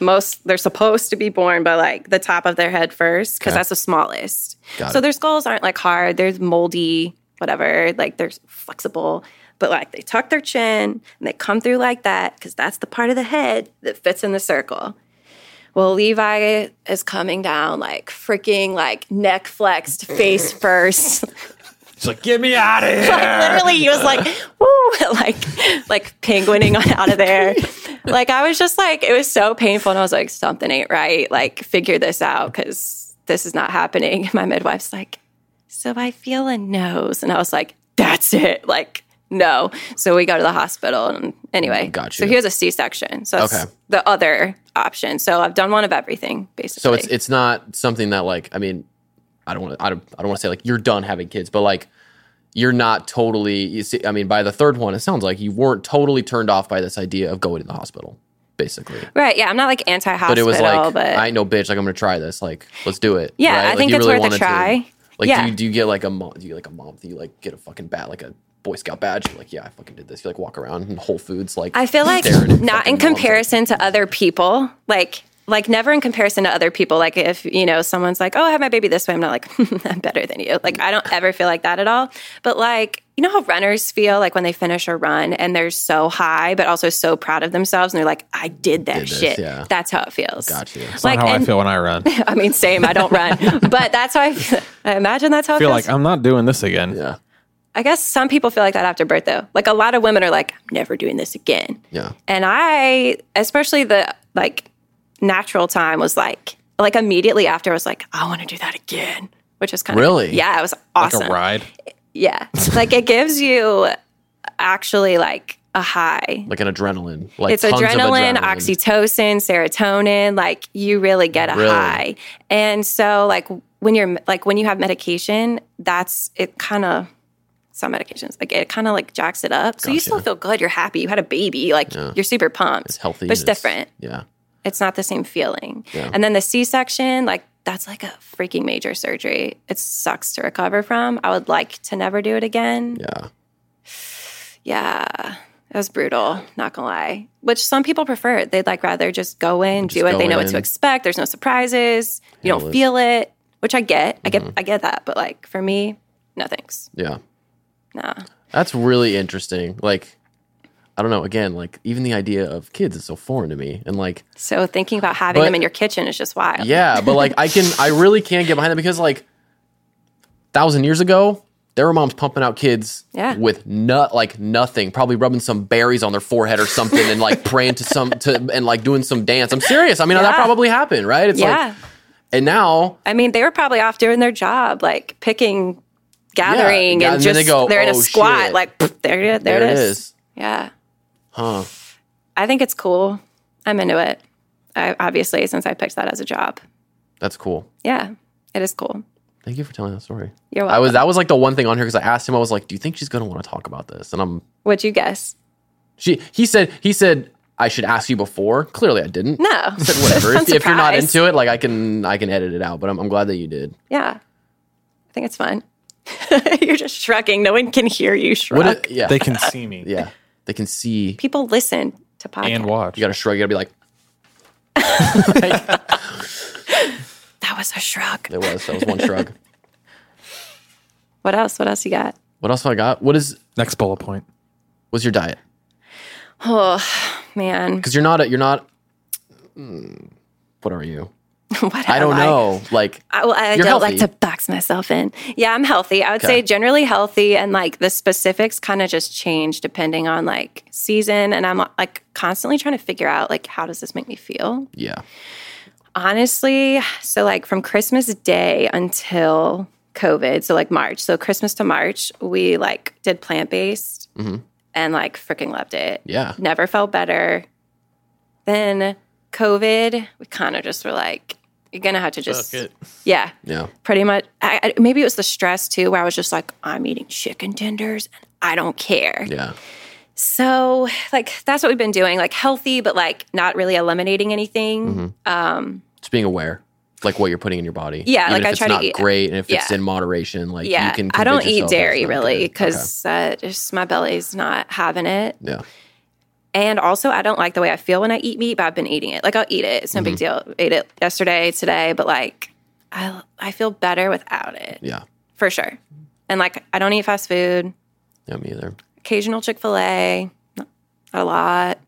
C: most they're supposed to be born by like the top of their head first because that's the smallest
A: Got
C: so
A: it.
C: their skulls aren't like hard they're moldy whatever like they're flexible but like they tuck their chin and they come through like that because that's the part of the head that fits in the circle well levi is coming down like freaking like neck flexed face first
B: It's like, get me out of here.
C: like literally he was like woo like like penguining on out of there like i was just like it was so painful and i was like something ain't right like figure this out because this is not happening my midwife's like so i feel a nose and i was like that's it like no so we go to the hospital and anyway
A: Gotcha.
C: so here's a c-section so that's
A: Okay.
C: the other option so i've done one of everything basically
A: so it's it's not something that like I mean, I don't want to I don't, I don't want to say like you're done having kids, but like you're not totally. You see, I mean, by the third one, it sounds like you weren't totally turned off by this idea of going to the hospital, basically.
C: right yeah i'm not like anti-hospital
A: But it was like
C: but
A: I ain't no bitch. Like I'm gonna try this. Like let's do it.
C: Yeah,
A: right?
C: I
A: Like,
C: think
A: you
C: it's worth a
A: wanted to.
C: try.
A: Like
C: Yeah.
A: do, you, do you get like a mom? Do you like a mom? Do you like get a fucking bat like a Boy Scout badge? You're like yeah, I fucking did this. You like walk around in Whole Foods like
C: I feel like
A: staring at
C: not
A: fucking
C: in
A: moms, like,
C: comparison to other people. Like like never in comparison to other people. Like if you know someone's like, "Oh, I had my baby this way," I'm not like, "I'm better than you." Like I don't ever feel like that at all. But like you know how runners feel like when they finish a run and they're so high, but also so proud of themselves, and they're like, "I did that
A: this,
C: shit."
A: yeah.
C: That's how it feels.
A: Gotcha. It's
B: That's
C: Like
B: not how
C: and,
B: I feel when I run. I
C: I mean, same. I don't run, but that's how I, feel. I imagine that's how I
B: feel
C: it
B: like um
C: feels.
B: I'm not doing this again.
A: Yeah,
C: I guess some people feel like that after birth, though. Like a lot of women are like, "I'm never doing this again."
A: yeah.
C: And I, especially the like natural time was like, like immediately after I was like, I want to do that again, which was kind of,
A: Really?
C: yeah, it was
B: Like
C: awesome.
B: a ride.
C: Yeah. like it gives you actually like a high.
A: Like an adrenaline. Like
C: It's
A: tons of
C: adrenaline, oxytocin, serotonin, like you really get a
A: Really?
C: high. And so like when you're like when you have medication, that's it kind of some medications like it kind of like jacks it up. So you still feel good, you're happy, you had a baby, like you're super pumped.
A: It's healthy.
C: But it's
A: and
C: different
A: Yeah.
C: it's not the same feeling. And then the C section, like that's like a freaking major surgery. It sucks to recover from. I would like to never do it again.
A: Yeah.
C: Yeah. It was brutal, not gonna lie. Which some people prefer. They'd like rather just go in, do it.
A: go
C: They know what
A: in.
C: to expect. There's no surprises. You
A: Handle
C: don't
A: it.
C: feel it, which I get. I
A: Mm-hmm.
C: get I get that. But like for me, no thanks.
A: Yeah.
C: Nah.
A: That's really interesting. Like, I don't know. Again, like even the idea of kids is so foreign to me, and like,
C: So thinking about having
A: But-
C: them in your kitchen is just wild.
A: yeah, but like I can, I really can't get behind that because like, thousand years ago, there were moms pumping out kids
C: Yeah.
A: with nut like nothing, probably rubbing some berries on their forehead or something, and like praying to some to and like doing some dance. I'm serious. I mean, that
C: Yeah.
A: probably happened, right? It's
C: Yeah.
A: like, and now
C: I mean, they were probably off doing their job, like picking, gathering,
A: Yeah,
C: and,
A: and then
C: just
A: they go,
C: they're in a
A: "Oh,
C: squat.
A: shit."
C: Like pff, there, it- there,
A: there
C: it is. Yeah,
A: huh?
C: I think it's cool. I'm into it. I, obviously, since I picked that as a job,
A: That's cool.
C: yeah, it is cool.
A: Thank you for telling that story.
C: You're welcome.
A: I was that was like the one thing on here because I asked him. I was like, "Do you think she's gonna want to talk about this?" And I'm
C: What'd you guess?
A: she. He said he said I should ask you before. Clearly, I didn't.
C: No.
A: I said whatever.
C: I'm
A: if, if you're not
C: surprised.
A: into it, like I can I can edit it out. But I'm, I'm glad that you did.
C: Yeah. I think it's fun. You're just shrugging. No one can hear you shrug.
A: What? it- yeah.
B: They can see me
A: yeah. They can see.
C: People listen to podcasts.
B: and watch.
A: You gotta shrug. You gotta be like,
C: that was a shrug.
A: "It was that was one shrug."
C: What else? What else you got?
A: What else have I got? What is
B: Next bullet point.
A: what's your diet?
C: Oh, man.
A: Because you're not a, you're not. mm, what are you?
C: What
A: I
C: am
A: don't know. Like
C: I, well, I
A: You're
C: don't like to
A: healthy.
C: box myself in. Yeah, I'm healthy. I would say generally healthy, and like the specifics kind of just change depending on like season. And I'm like constantly trying to figure out like how does this make me feel?
A: yeah.
C: Honestly, so like from Christmas Day until COVID, so like March, so Christmas to March, we like did plant based and like freaking loved it.
A: Mm-hmm. Yeah.
C: Never felt better. Then COVID, we kind of just were like, you're gonna have to just, yeah,
A: Yeah.
C: pretty much. I, I, maybe it was the stress too, where I was just like, I'm eating chicken tenders and I don't care.
A: Yeah.
C: So, like, that's what we've been doing, like healthy, but like not really eliminating anything.
A: Mm-hmm.
C: Um,
A: Just being aware, like what you're putting in your body.
C: Yeah,
A: Even
C: like,
A: if
C: I
A: it's
C: try to
A: not
C: eat- uh,
A: great, and if it's
C: yeah.
A: in moderation, like
C: yeah,
A: you can.
C: I don't
A: convince
C: eat
A: yourself that it's
C: dairy
A: not
C: really
A: good.
C: because uh, just my belly's not having it.
A: Okay. Yeah.
C: And also, I don't like the way I feel when I eat meat, but I've been eating it. Like, I'll eat it. It's no big
A: Mm-hmm.
C: deal. Ate it yesterday, today, but like, I, I feel better without it
A: Yeah.
C: for sure. And like, I don't eat fast food.
A: Yeah. Me either.
C: occasional Chick fil A, not a lot.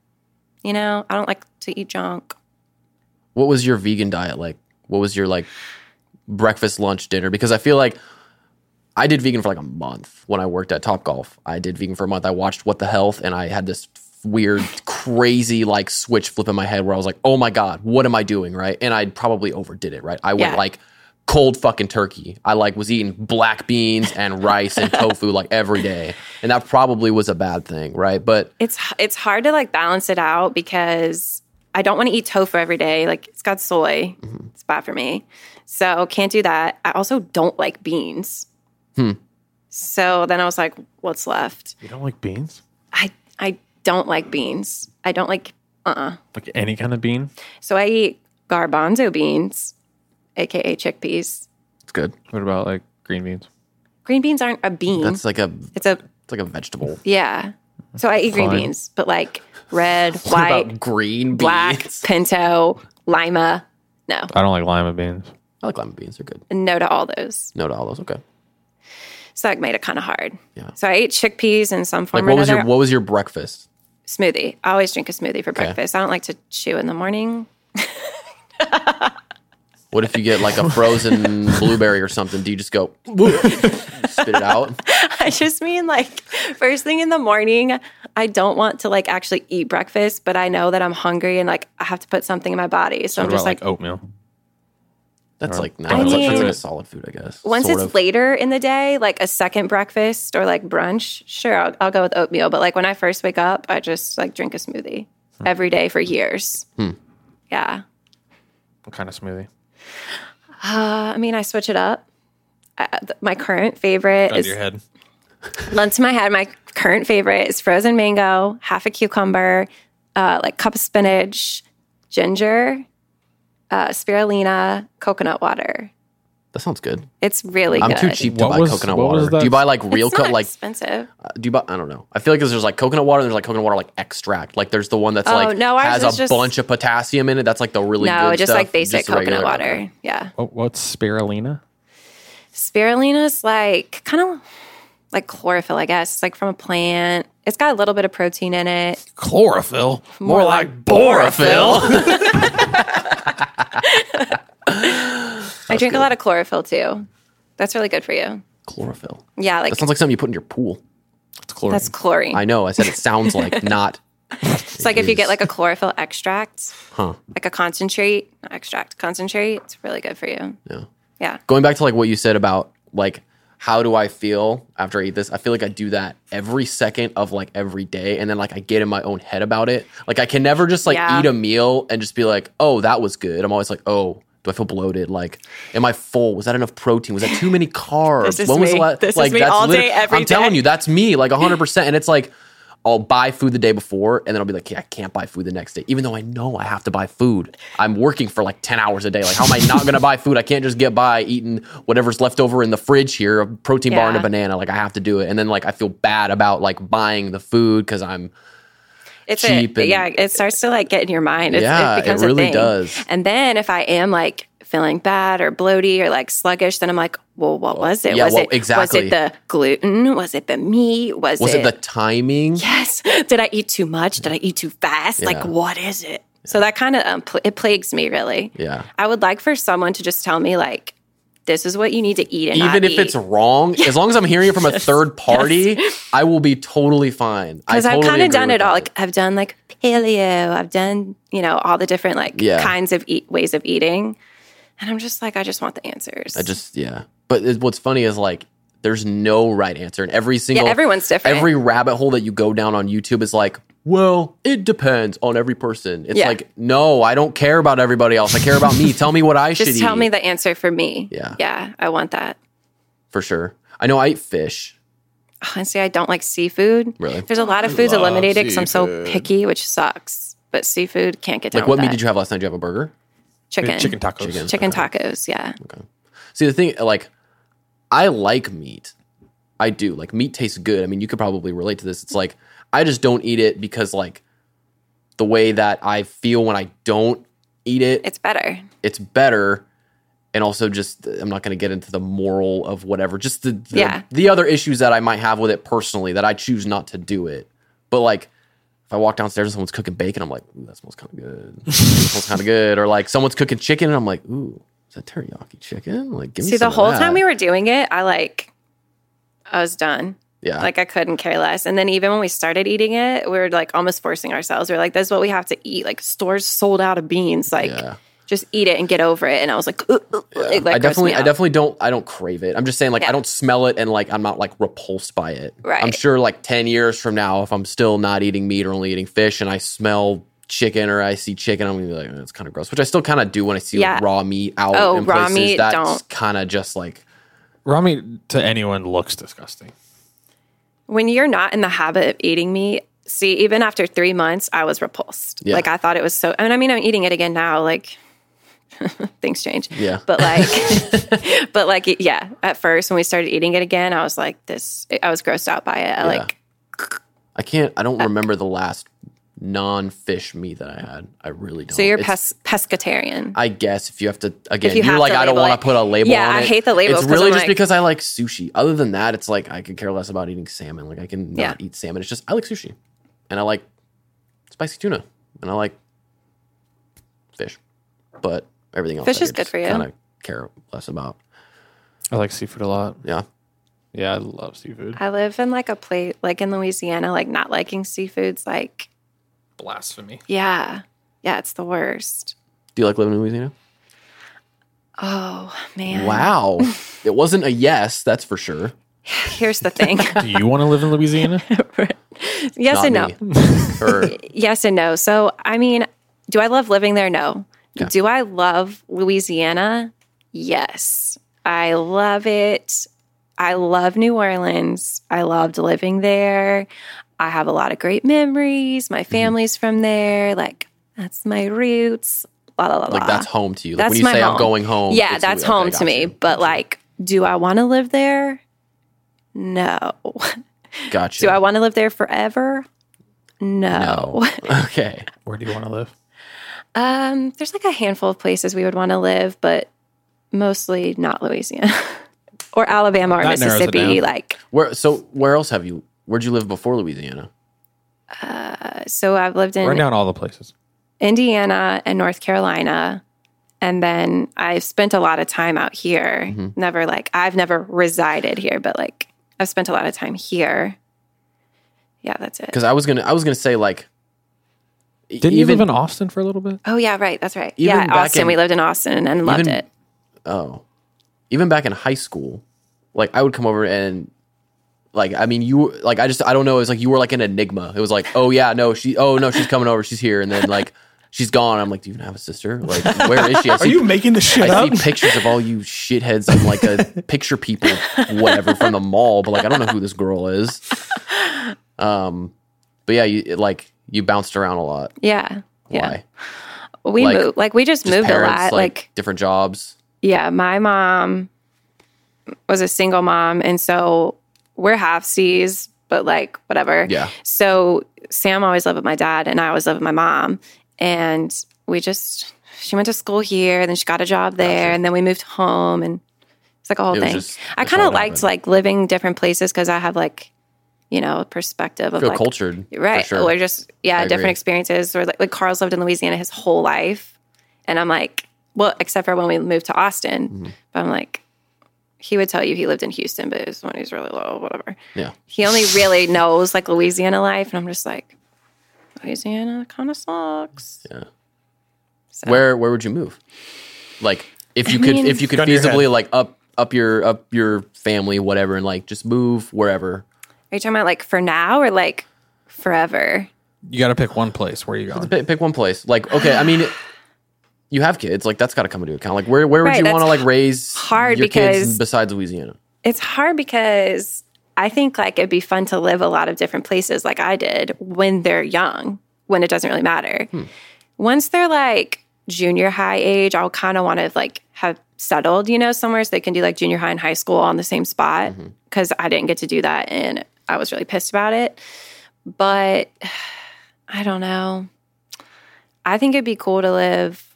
C: You know, I don't like to eat junk.
A: What was your vegan diet like? What was your like breakfast, lunch, dinner? Because I feel like I did vegan for like a month when I worked at Top Golf. I did vegan for a month. I watched What the Health, and I had this weird, crazy like switch flip in my head where I was like, "Oh my god, what am I doing?" Right? And I probably overdid it. Right? I went
C: Yeah.
A: like cold fucking turkey. I like was eating black beans and rice and tofu like every day, and that probably was a bad thing. Right? But
C: It's it's hard to like balance it out because I don't want to eat tofu every day. Like it's got soy.
A: Mm-hmm.
C: It's bad for me. So can't do that. I also don't like beans.
A: Hmm.
C: So then I was like, what's left?
B: You don't like beans?
C: I I don't like beans. I don't like uh uh
B: Like any kind of bean?
C: So I eat garbanzo beans, aka chickpeas.
A: it's good.
B: What about like green beans?
C: Green beans aren't a bean.
A: That's like a
C: it's a
A: it's like a vegetable.
C: Yeah. So I eat green
B: Fine.
C: beans, but like red,
A: What
C: white,
A: about green beans?
C: black, pinto, lima. No,
B: I don't like lima beans.
A: I like lima beans. They're good.
C: no to all those.
A: No to all those. Okay.
C: So that made it kind of hard.
A: Yeah.
C: So I ate chickpeas in some
A: Like
C: form
A: what
C: or
A: was
C: another.
A: your what was your breakfast?
C: smoothie. I always drink a smoothie for breakfast. I don't like to chew in the morning.
A: What if you get like a frozen blueberry or something? Do you just go spit it out?
C: I just mean like first thing in the morning, I don't want to like actually eat breakfast, but I know that I'm hungry and like I have to put something in my body. So I'm
B: What about
C: just
B: like,
C: like,
B: oatmeal?
A: That's
B: Or-
A: like no,
B: I
A: that's, like, that's
C: mean-
A: like a solid food, I guess.
C: once
A: Sort
C: it's
A: of.
C: later in the day, like a second breakfast or like brunch, sure, I'll, I'll go with oatmeal. But like when I first wake up, I just like drink a smoothie
A: Hmm.
C: every day for years. Yeah.
B: What kind of smoothie?
C: Uh, I mean, I switch it up. I, th- my current favorite
B: Out of
C: is
B: your head.
C: lent to my head. My current favorite is frozen mango, half a cucumber, uh, like cup of spinach, ginger, uh, spirulina, coconut water.
A: That sounds good.
C: It's really
A: I'm
C: good.
A: too cheap to
B: What
A: buy
B: was-
A: coconut
B: what was
A: water.
B: that?
A: Do you buy like real
C: It's
A: co-
C: not
A: like
C: expensive.
A: uh, do you buy I don't know. I feel like there's like coconut water and there's like coconut water like extract. Like there's the one that's
C: Oh,
A: like
C: no, ours
A: has
C: is
A: a
C: just-
A: bunch of potassium in it. That's like the really
C: No,
A: good
C: just
A: stuff.
C: like basic
A: the regular
C: coconut water. Yeah.
B: What, Oh, what's spirulina?
C: Spirulina's like kind of like chlorophyll, I guess. It's like from a plant. It's got a little bit of protein in it.
B: Chlorophyll. More, like, borophyll.
C: I drink a lot of chlorophyll too. That's really good for you.
A: Chlorophyll.
C: Yeah, like
A: That sounds like something you put in your pool.
B: it's chlorine.
C: that's chlorine.
A: I know. I said it sounds like not.
C: it's like if you get like a chlorophyll extract,
A: Huh.
C: like a concentrate, not extract, concentrate, it's really good for you.
A: Yeah.
C: Yeah.
A: going back to like what you said about like how do I feel after I eat this? I feel like I do that every second of like every day and then like I get in my own head about it. Like I can never just like
C: Yeah.
A: eat a meal and just be like, "Oh, that was good." I'm always like, "Oh, Do I feel bloated? Like, am I full? Was that enough protein? Was that too many carbs?
C: This is
A: when was
C: me.
A: the last?
C: This is
A: like,
C: me
A: that's
C: all day,
A: literally-
C: every
A: I'm telling
C: day.
A: you, that's me, like 100. percent And it's like, I'll buy food the day before, and then I'll be like, yeah, I can't buy food the next day, even though I know I have to buy food. I'm working for like 10 hours a day. Like, how am I not gonna buy food? I can't just get by eating whatever's left over in the fridge here, a protein bar and a
C: Yeah.
A: banana. Like, I have to do it. And then like I feel bad about like buying the food because I'm
C: it's
A: cheap
C: a,
A: and-
C: yeah it starts to like get in your mind it's,
A: Yeah, it
C: it becomes
A: really
C: a thing.
A: does.
C: and then if i am like feeling bad or bloaty or like sluggish then i'm like well what was it
A: yeah,
C: was
A: well,
C: it was
A: exactly.
C: it the gluten was it the meat was,
A: was it the timing?
C: yes did i eat too much did i eat too fast like
A: Yeah.
C: what is it so that kind of um, pl- it plagues me really
A: Yeah.
C: i would like for someone to just tell me like this is what you need to eat and
A: even
C: not
A: if
C: eat.
A: it's wrong, as long as I'm hearing it from a third party, I will be totally fine. I
C: because
A: totally
C: I've kind
A: agree
C: of done
A: with
C: it all.
A: that.
C: Like I've done like paleo. I've done you know all the different like
A: Yeah.
C: kinds of eat, ways of eating, and I'm just like I just want the answers.
A: I just yeah. But it, what's funny is like there's no right answer, and every
C: yeah,
A: single
C: everyone's different.
A: every rabbit hole that you go down on YouTube is like, well, it depends on every person. It's
C: Yeah.
A: like, no, I don't care about everybody else. I care about me. Tell me what I should
C: just tell
A: eat.
C: me the answer for me.
A: Yeah.
C: yeah, I want that.
A: for sure. I know I eat fish.
C: Honestly, I don't like seafood.
A: Really?
C: there's a lot of foods
B: love
C: eliminated because I'm so
B: seafood.
C: picky, which sucks. But seafood can't get down.
A: Like, what
C: with
A: meat
C: that.
A: did you have last night? Did you have a burger?
C: Chicken,
B: Chicken tacos.
C: chicken tacos. Yeah,
A: See, the thing, like, I like meat. I do. Like, meat tastes good. I mean, you could probably relate to this. It's like, I just don't eat it because, like, the way that I feel when I don't eat it,
C: it's better.
A: it's better. And also, just, I'm not going to get into the moral of whatever, just the, the,
C: Yeah.
A: the other issues that I might have with it personally that I choose not to do it. But, like, if I walk downstairs and someone's cooking bacon, I'm like, ooh, that smells kind of good. that smells kind of good. Or, like, someone's cooking chicken, and I'm like, ooh, is that teriyaki chicken? Like, give me
C: See, the
A: some of
C: whole
A: that.
C: time we were doing it, I like, I was done.
A: Yeah.
C: Like I couldn't care less. And then even when we started eating it, we were like almost forcing ourselves. We are like, "This is what we have to eat." Like stores sold out of beans. Like
A: Yeah.
C: just eat it and get over it. And I was like, "Ugh, ugh, ugh," it, like,
A: I
C: grossed
A: definitely
C: me
A: I
C: out.
A: definitely don't I don't crave it. I'm just saying like I
C: Yeah.
A: don't smell it and like I'm not like repulsed by it.
C: Right.
A: I'm sure like 10 years from now if I'm still not eating meat or only eating fish and I smell chicken or I see chicken I'm going to be like "Oh, that's kind of gross, which I still kind of do when I see
C: Yeah.
A: like, raw meat out
C: Oh,
A: in
C: raw
A: places
C: meat,
A: that's
C: don't.
A: kind of just like
B: Raw meat to anyone looks disgusting.
C: when you're not in the habit of eating meat. See, even after three months, I was repulsed.
A: Yeah.
C: Like I thought it was so. And I mean, I'm eating it again now. Like things change.
A: Yeah.
C: But like, but like, yeah. At first, when we started eating it again, I was like, "This." I was grossed out by it. I like
A: I can't I
C: Uh,
A: don't remember the last non-fish meat that I had. I really don't.
C: So you're
A: It's-
C: pes- pescatarian.
A: I guess if you have to again,
C: If
A: you
C: you
A: are
C: have
A: like
C: to
A: I don't
C: label
A: want
C: it.
A: to put a label.
C: Yeah,
A: on
C: I
A: it.
C: hate the label
A: It's
C: 'cause
A: really
C: I'm
A: just
C: like-
A: because I like sushi. Other than that, it's like I could care less about eating salmon. Like I can not
C: Yeah.
A: eat salmon. It's just I like sushi, and I like spicy tuna, and I like fish, but everything else
C: Fish is good for you.
A: Kind of care less about.
B: I like seafood a lot.
A: Yeah,
B: Yeah, I love seafood.
C: I live in like a place, like in Louisiana, like not liking seafoods. Like,
B: Blasphemy.
C: yeah, yeah, it's the worst.
A: do you like living in Louisiana?
C: Oh man!
A: Wow, it wasn't a yes, that's for sure.
C: Here's the thing.
B: Do you want to live in Louisiana?
A: Not
C: yes and no.
A: me. Her-
C: Yes and no. So I mean, do I love living there? No.
A: Yeah.
C: Do I love Louisiana? Yes, I love it. I love New Orleans. I loved living there. I have a lot of great memories.
A: Mm-hmm.
C: My family's from there. Like that's my roots. La la la.
A: like
C: la.
A: that's home to you. Like
C: That's
A: when you
C: my
A: say I'm
C: home.
A: going home.
C: Yeah,
A: it's
C: that's
A: Lou- okay,
C: home
A: got
C: to me.
A: you.
C: But like, do I want to live there? No.
A: gotcha.
C: Do I want to live there forever? No.
A: No. Okay.
B: Where do you want to live?
C: Um, there's like a handful of places we would want to live, but mostly not Louisiana or Alabama or
B: That narrows it
C: Mississippi.
B: down.
C: Like,
A: Where so where else have you where'd you live before Louisiana?
C: uh, so I've lived in
B: Right now in all the places.
C: Indiana and North Carolina. And then I've spent a lot of time out here.
A: Mm-hmm.
C: Never like, I've never resided here, but like, I've spent a lot of time here. Yeah, that's it.
A: Because I was gonna I was gonna say like e-
B: Didn't
A: even
B: you live in Austin for a little bit?
C: Oh, yeah, right. That's right.
A: Even
C: Yeah,
A: back
C: Austin.
A: in-
C: we lived in Austin and loved
A: Even-
C: it.
A: oh even back in high school, like I would come over and like I mean you were- like I just I don't know it's like you were like an enigma. It was like oh yeah no she oh no she's coming over she's here and then like she's gone. I'm like, do you even have a sister? Like, where is she? I
D: Are
A: see,
D: you making this shit
A: I
D: up?
A: see pictures of all you shitheads and like a picture people, whatever, from the mall. But like, I don't know who this girl is. Um, but yeah, you it, like you bounced around a lot.
C: Yeah. Yeah.
A: Why?
C: We
A: Like,
C: moved like we just,
A: Just
C: moved
A: parents,
C: a
A: like,
C: lot. like
A: different jobs.
C: yeah, my mom was a single mom, and so we're half C's, but like whatever.
A: Yeah.
C: So Sam always lived with my dad, and I always lived with my mom, and we just she went to school here, then she got a job there, and then we moved home, and it's like a whole
A: It was
C: thing.
A: just-
C: I
A: that's how
C: kind of
A: it
C: liked
A: happened.
C: like living different places because I have like you know a perspective of
A: Feel
C: like
A: cultured, for
C: right
A: sure.
C: or just yeah
A: I
C: different
A: agree.
C: experiences or like, like carl's lived in louisiana his whole life and i'm like well except for when we moved to austin
A: Mm-hmm.
C: but i'm like he would tell you he lived in houston but it was when he was really little whatever
A: yeah.
C: he only really knows like louisiana life and i'm just like louisiana kind of sucks
A: Yeah.
C: So-
A: Where where would you move? Like if you could
C: mean-
A: if you could
D: Gun to your
A: feasibly
D: head.
A: like up up your up your family whatever and like just move wherever.
C: are you talking about like for now or like forever
B: You got to pick one place. Where are you going?
A: Pick, pick one place. Like okay, I mean you have kids, like that's got to come into account. Like where where would
C: Right,
A: you
C: that's
A: want to like raise
C: hard
A: your kids
C: because-
A: besides Louisiana?
C: it's hard because I think like it'd be fun to live a lot of different places like I did when they're young, when it doesn't really matter. Once they're like junior high age, I'll kind of want to like have settled, you know, somewhere so they can do like junior high and high school on the same spot because I didn't get to do that and I was really pissed about it. But I don't know. I think it'd be cool to live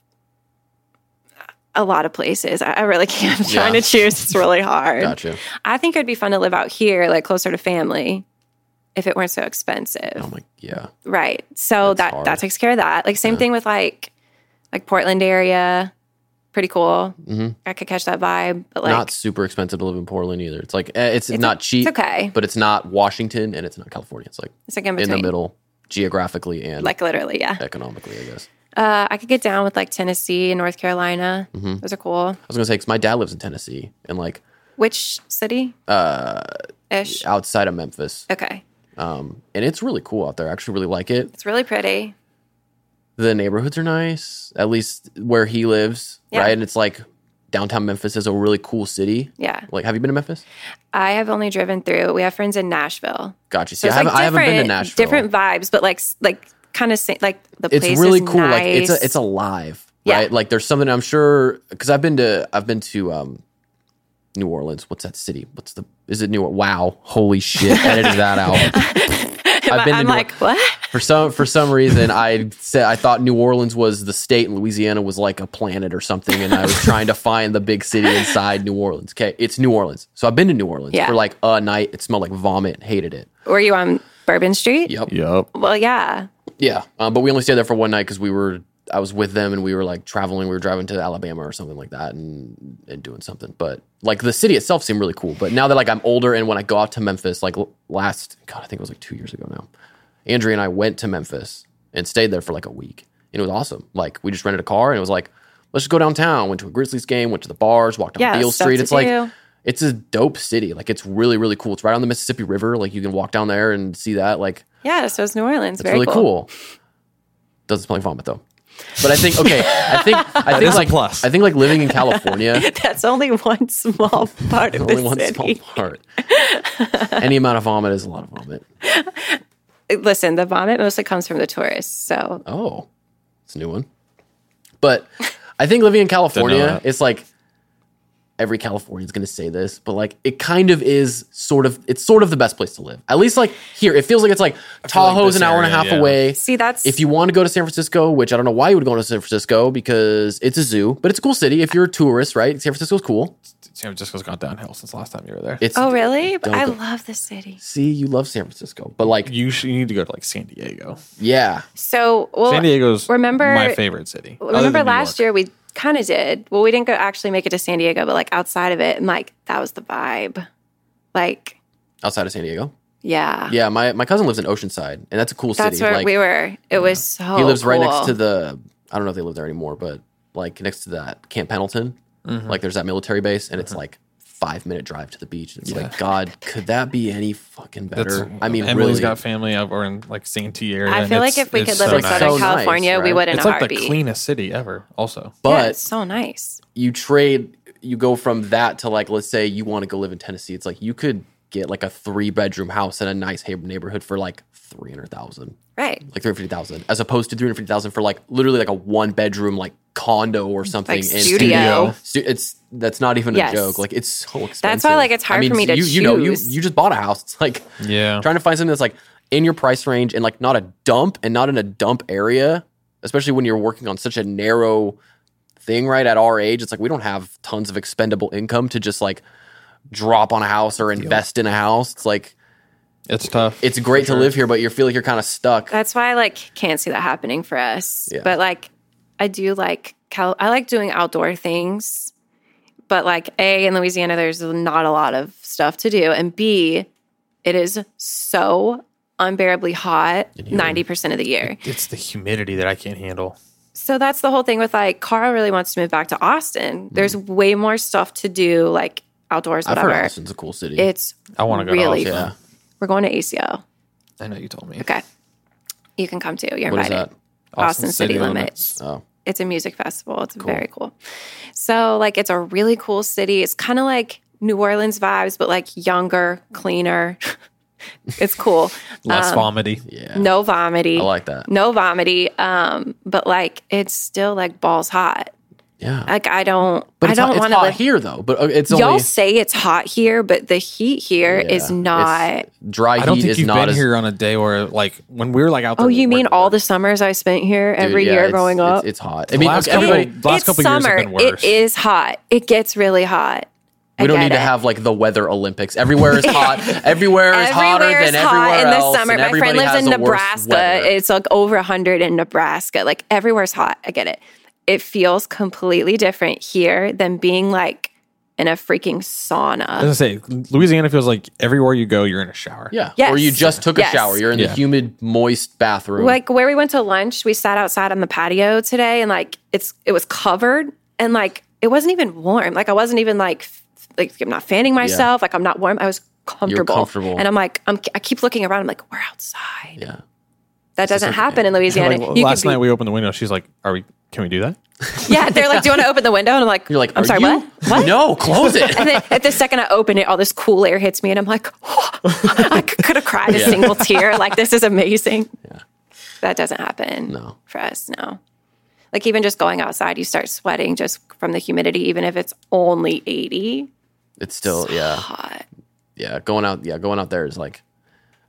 C: a lot of places. I, I really can't. I'm trying
A: Yeah.
C: to choose. It's really hard.
A: Gotcha.
C: I think it'd be fun to live out here, like closer to family, if it weren't so expensive.
A: I'm like yeah.
C: Right. So
A: That's
C: that
A: hard.
C: that takes care of that. Like same thing with like like Portland area, pretty cool.
A: Mhm.
C: I could catch that vibe, but like
A: not super expensive to live in Portland either. It's like eh, it's,
C: it's
A: not cheap,
C: It's okay.
A: but it's not Washington and it's not California. It's like
C: It's like in
A: in
C: between.
A: the middle geographically and
C: Like literally, yeah.
A: economically, I guess.
C: Uh, I could get down with like Tennessee and North Carolina.
A: Mm-hmm.
C: Those are cool.
A: I was gonna say because my dad lives in Tennessee and like
C: Which city? Uh, ish.
A: outside of Memphis,
C: Okay.
A: um, and it's really cool out there. I actually really like it.
C: It's really pretty.
A: The neighborhoods are nice, at least where he lives,
C: Yeah.
A: right? And it's like downtown Memphis is a really cool city.
C: Yeah.
A: Like, have you been to Memphis?
C: I have only driven through. We have friends in Nashville.
A: Gotcha.
C: So
A: See, I,
C: it's
A: haven't,
C: like
A: I haven't
C: different,
A: been to Nashville.
C: different vibes, but like s- like kind of like the
A: it's
C: place
A: really
C: is
A: cool. Like, it's
C: nice.
A: a, it's alive,
C: Yeah.
A: right? Like, there's something I'm sure because I've been to I've been to um, New Orleans. What's that city? What's the is it New? Wow, holy shit! Edited that out. I've been to
C: I'm
A: New-
C: like what?
A: For some for some reason, I said I thought New Orleans was the state, and Louisiana was like a planet or something. And I was trying to find the big city inside New Orleans. Okay, it's New Orleans. So I've been to New Orleans
C: Yeah.
A: for like a night. It smelled like vomit. Hated it.
C: Were you on Bourbon Street?
A: Yep.
D: Yup.
C: Well, yeah.
A: Yeah. Um, but we only stayed there for one night because we were I was with them and we were like traveling. We were driving to Alabama or something like that and and doing something. But like the city itself seemed really cool. But now that like I'm older and when I go out to Memphis, like l- last God, I think it was like two years ago now. Andrea and I went to Memphis and stayed there for like a week. And it was awesome. Like we just rented a car and it was like, let's just go downtown. Went to a Grizzlies game, went to the bars, walked down
C: Yeah,
A: Beale
C: stuff
A: Street.
C: to
A: It's like
C: do.
A: it's a dope city. Like it's really, really cool. It's right on the Mississippi River. Like you can walk down there and see that. Like
C: Yeah, so it's New Orleans.
A: that's
C: Very
A: really cool. Doesn't smell like vomit though. But I think okay. I think I think
B: is a
A: like
B: plus.
A: I think like living in California
C: That's only one small part of the
A: only one
C: city.
A: small part. Any amount of vomit is a lot of vomit.
C: Listen, the vomit mostly comes from the tourists. So
A: Oh, it's a new one. But I think living in California,
B: that.
A: it's like every Californian's gonna say this, but like it kind of is sort of it's sort of the best place to live. At least like here, it feels like it's like
B: like
A: Tahoe's an
B: this
A: hour and a
B: area,
A: half
B: yeah.
A: away.
C: see, that's
A: if you want to go to San Francisco, which I don't know why you would go to San Francisco because it's a zoo, but it's a cool city. If you're a tourist, right? San Francisco's cool.
B: San Francisco's gone downhill since last time you were there.
A: It's
C: oh really? But
A: Don't
C: I
A: go-
C: love the city.
A: see, you love San Francisco, but like,
B: you should, you need to go to like San Diego.
A: yeah,
C: So well,
B: San Diego's
C: remember-
B: my favorite city. other
C: remember
B: than New
C: last
B: York.
C: year we kind of did. Well, we didn't go actually make it to San Diego, but like outside of it, and like that was the vibe. Like
A: outside of San Diego,
C: yeah,
A: yeah. My my cousin lives in Oceanside, and that's a cool
C: that's
A: city.
C: where
A: like,
C: we were. It was so.
A: he lives right next
C: cool.
A: to the. I don't know if
B: Mm-hmm.
A: they live there anymore, but like next to that Camp Pendleton, like there's that military base, and it's like five minute drive to the beach. And it's
B: Yeah.
A: like, God, could that be any fucking
B: That's-
A: better? I mean,
B: Emily's
A: really,
B: got family up or in like St. Tierra.
C: I
B: and
C: feel like
B: it's-
C: if we
B: it's
C: could live
B: so
C: in
B: nice.
C: Southern
A: So nice,
C: California, we
A: right?
C: would in
B: It's
C: a
B: like the
C: heartbeat.
B: cleanest city ever. Also,
A: but
C: yeah, it's so nice.
A: you trade, you go from that to like, let's say you want to go live in Tennessee. It's like you could get like a three bedroom house in a nice ha- neighborhood for like three hundred thousand,
C: Right.
A: like three hundred fifty thousand, as opposed to three hundred fifty thousand for like literally like a one bedroom like condo or something
C: Like studio.
A: Stu- It's that's not even
C: Yes.
A: a joke. Like it's so expensive.
C: like, it's hard
A: I mean,
C: for me to
A: you, You know, you
C: choose.
A: you just bought a house. It's like
B: yeah,
A: trying to find something that's like in your price range and like not a dump and not in a dump area, especially when you're working on such a narrow thing, right? At our age, it's like we don't have tons of expendable income to just like drop on a house or invest in a house. It's like
B: it's tough.
A: it's great to live here, but you feel like you're kind of stuck.
C: That's why I like can't see that happening for us.
A: Yeah.
C: But like I do like Cal I like doing outdoor things. But like A in Louisiana there's not a lot of stuff to do and B it is so unbearably hot 90% of the year.
B: it's the humidity that I can't handle.
C: So that's the whole thing with like Carl really wants to move back to Austin. There's way more stuff to do like outdoors
A: Mm-hmm. I've
C: whatever.
A: heard Austin's a cool city.
C: It's
B: I want to go.
C: really
B: to Austin.
A: yeah.
C: we're going to ACO.
B: I know you told me.
C: Okay. You can come too. You're
A: What is
C: invited.
A: that?
C: Austin City Limits.
A: Oh,
C: it's a music festival. It's very cool. So like it's a really cool city. It's kind of like New Orleans vibes, but like younger, cleaner. it's cool.
B: Less
C: Um,
B: vomity.
A: yeah.
C: no vomity.
A: I like that.
C: no vomity. Um, but like it's still like balls hot.
A: Yeah.
C: Like I don't
A: but
C: I
A: it's hot-
C: don't
A: it's
C: want to
A: hot
C: live
A: here though. But uh, it's
C: Y'all
A: only
C: say it's hot here, but the heat here
A: yeah.
C: is
A: It's-
C: not.
A: dry
B: I don't
A: heat
B: think
A: is
B: you've
A: not
B: been
A: as
B: here on a day where, like, when we were like out.
C: Oh,
B: there
C: you
B: working-
C: mean all the summers I spent here
A: dude,
C: every
A: yeah,
C: year
A: it's-
C: growing
A: it's-
C: up?
A: It's, hot. I mean,
B: last couple-
A: everybody,
B: the last
C: it's
B: couple years have
C: summer.
B: been worse.
C: It is hot. It gets really hot. I
A: We don't
C: get
A: need to
C: it.
A: have like the weather Olympics. Everywhere is hot. Everywhere is hotter
C: Everywhere
A: than
C: is hot
A: everywhere
C: in
A: else.
C: the summer.
A: and
C: My friend
A: everybody
C: lives
A: has
C: in
A: the worst
C: Nebraska.
A: weather.
C: It's like over 100 in Nebraska. Like everywhere's hot. I get it. It feels completely different here than being like in a
B: I
C: freaking sauna.
B: was gonna say Louisiana feels like everywhere you go, you're in a shower.
A: yeah.
C: Yes.
A: Or you just took a
C: Yes.
A: shower. You're in
B: Yeah.
A: the humid, moist bathroom.
C: Like where we went to lunch, we sat outside on the patio today and like it's it was covered and like it wasn't even warm. Like I wasn't even like f- like I'm not fanning myself, like I'm not warm. I was comfortable.
A: comfortable.
C: And I'm like I'm, I keep looking around. I'm like we're outside.
A: yeah.
C: That doesn't happen in
B: And,
C: Louisiana.
B: like,
C: You
B: last
C: could be-
B: night we opened the window. She's like, "Are we? Can we do that?"
C: Yeah, they're like, "Do you want to open the window?" And I'm like,
A: You're like,
C: "I'm
A: are
C: sorry,
A: you-
C: what?" What?
A: No, close it.
C: And then at the second I open it, all this cool air hits me, and I'm like, I could have cried a
A: Yeah.
C: single tear. Like this is amazing. That doesn't happen.
A: No.
C: for us, no. Like even just going outside, you start sweating just from the humidity, even if it's only 80.
A: It's still yeah.
C: Hot.
A: Yeah. Going out yeah, going out there is like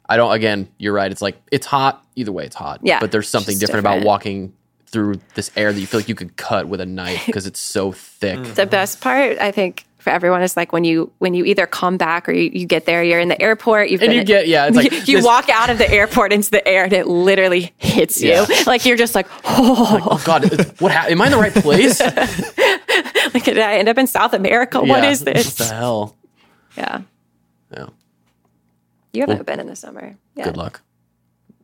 A: I don't again, you're right. It's like it's hot. Either way it's hot.
C: Yeah,
A: But there's
C: it's
A: something
C: just
A: different,
C: different.
A: about walking through this air that you feel like you could cut with a knife because it's so thick.
C: The best part, I think, for everyone is like when you when you either come back or you, you get there, you're in the airport, you've
A: And
C: been
A: you get yeah, it's like
C: you, you
A: this-
C: walk out of the airport into the air and it literally hits you.
A: Yeah.
C: Like you're just like, oh,
A: Oh God! it's- What hap Am I in the right place?
C: like, did I end up in South America? What
A: Yeah.
C: is this?
A: What the hell?
C: Yeah.
A: Yeah.
C: You haven't been in the summer. Yeah.
A: Good luck.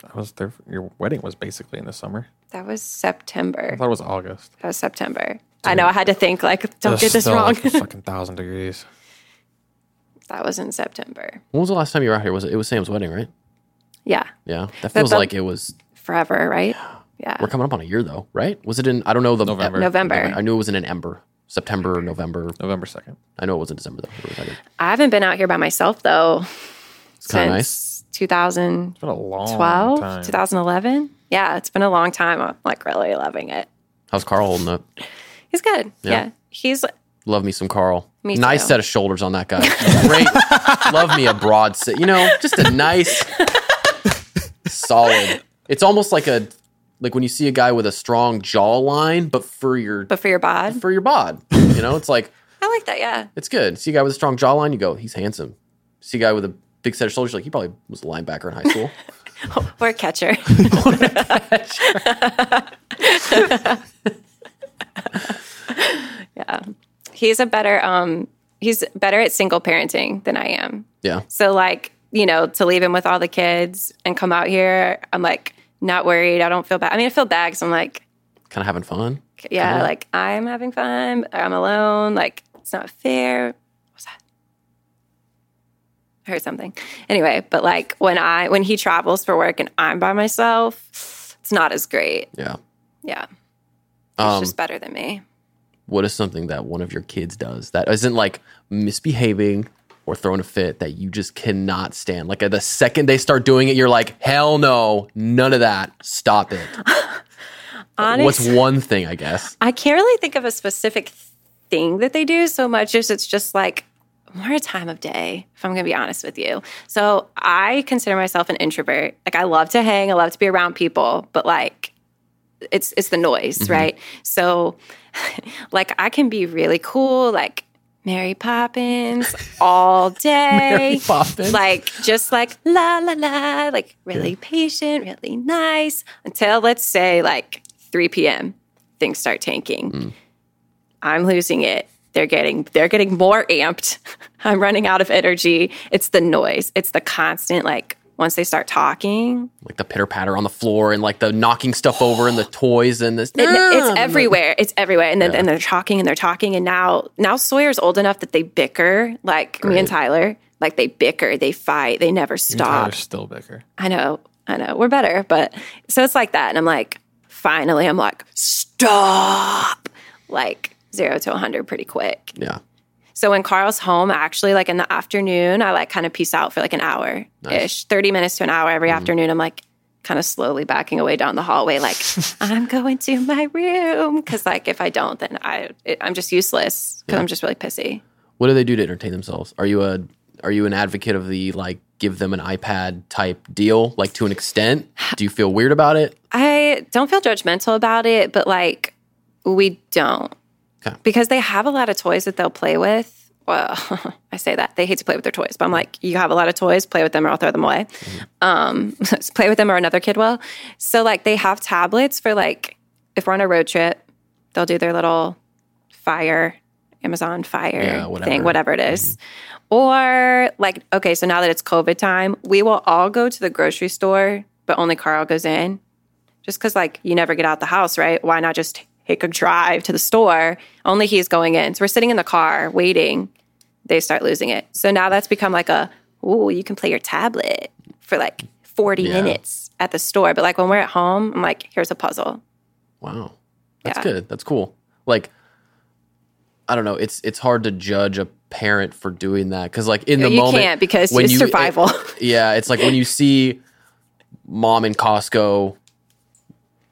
B: I was there. For, your wedding was basically in the summer.
C: That was
B: I
C: September.
B: thought it was August.
C: That was September. I know I had to think like, don't
B: It's
C: get this
B: still,
C: wrong.
B: like, a fucking thousand degrees.
C: that was in September.
A: When was the last time you were out here? Was it, it was Sam's wedding, right?
C: Yeah.
A: Yeah, that feels
C: the-
A: like it was.
C: Forever, right? Yeah.
A: We're coming up on a year though, right? Was it in? I don't know the
B: November.
C: November.
A: I knew it was in an ember, September, or November.
B: November second.
A: I know it was in December though.
C: I haven't been out here by myself though
A: It's kind of nice.
C: since 2000.
B: It's been a long
C: 12
B: time.
C: 2011 yeah it's been a long time i'm like really loving it
A: How's Carl holding up?
C: he's good yeah, he's
A: Love me some Carl.
C: Me
A: nice
C: too.
A: set of shoulders on that guy. Great. Love me a broad set. You know, just a nice, solid. It's almost like a like when you see a guy with a strong jawline, but for your
C: but for your bod
A: for your bod. You know, it's like
C: i like that yeah
A: it's good. See a guy with a strong jawline, you go, he's handsome. See a guy with a big set of shoulders, you're like, he probably was a linebacker in high school.
C: or a catcher yeah he's a better um he's better at single parenting than i am
A: yeah.
C: so like you know to leave him with all the kids and come out here i'm like not worried i don't feel bad i mean i feel bad 'cause i'm like
A: Kind of having fun. Uh-huh.
C: yeah, like I'm having fun. I'm alone. Like it's not fair. What's that? or something. Anyway, but like when I when he travels for work and I'm by myself, it's not as great.
A: Yeah.
C: Yeah, it's
A: Um,
C: just better than me.
A: what is something that one of your kids does that isn't like misbehaving or throwing a fit that you just cannot stand? Like the second they start doing it, you're like, hell no, none of that. Stop it.
C: Honest,
A: What's one thing, I guess?
C: I can't really think of a specific thing that they do so much as it's just like more a time of day, if I'm gonna be honest with you. So I consider myself an introvert. Like I love to hang, I love to be around people, but like it's it's the noise, right? So like I can be really cool, like Mary Poppins all day.
A: Poppins.
C: Like just like la la la, like really patient, really nice until let's say like 3 p.m. Things start tanking. I'm losing it. They're getting they're getting more amped. I'm running out of energy. It's the noise. It's the constant like once they start talking,
A: like the pitter patter on the floor and like the knocking stuff over and the toys and this.
C: it-
A: Ah.
C: it's everywhere. It's everywhere. And then and they're talking and they're talking and now now Sawyer's old enough that they bicker like me and Tyler. Like they bicker, they fight, they never stop.
B: Tyler's still bigger.
C: I know, I know, we're better. But so it's like that. And I'm like, finally, I'm like, stop. Like zero to 100 pretty quick.
A: Yeah.
C: So when Carl's home, actually, like in the afternoon, I like kind of peace out for like an hour ish, 30 minutes to an hour every afternoon. I'm like, kind of slowly backing away down the hallway like i'm going to my room because like if i don't then i it, i'm just useless because i'm just really pissy
A: What do they do to entertain themselves? Are you a are you an advocate of the like give them an iPad type deal like to an extent? Do you feel weird about it?
C: I don't feel judgmental about it, but like we don't.
A: Okay.
C: Because they have a lot of toys that they'll play with. Well, I say that. They hate to play with their toys, but I'm like, you have a lot of toys, play with them or I'll throw them away.
A: Mm-hmm.
C: Um, play with them or another kid will. So, like, they have tablets for like, if we're on a road trip, they'll do their little fire, Amazon fire
A: Yeah, whatever. Mm-hmm.
C: thing, whatever it is. Or like, okay, so now that it's COVID time, we will all go to the grocery store, but only Carl goes in. Just because like you never get out the house, right? Why not just take a drive to the store? Only he's going in. So we're sitting in the car waiting. They start losing it. So now that's become like a, ooh, you can play your tablet for like 40
A: Yeah.
C: minutes at the store. But like when we're at home, I'm like, here's a puzzle.
A: Wow. That's
C: Yeah.
A: good. That's cool. Like I don't know, it's it's hard to judge a parent for doing that cuz like in the
C: you
A: moment
C: can't because
A: when
C: it's
A: you-
C: survival.
A: yeah, it's like when you see mom in Costco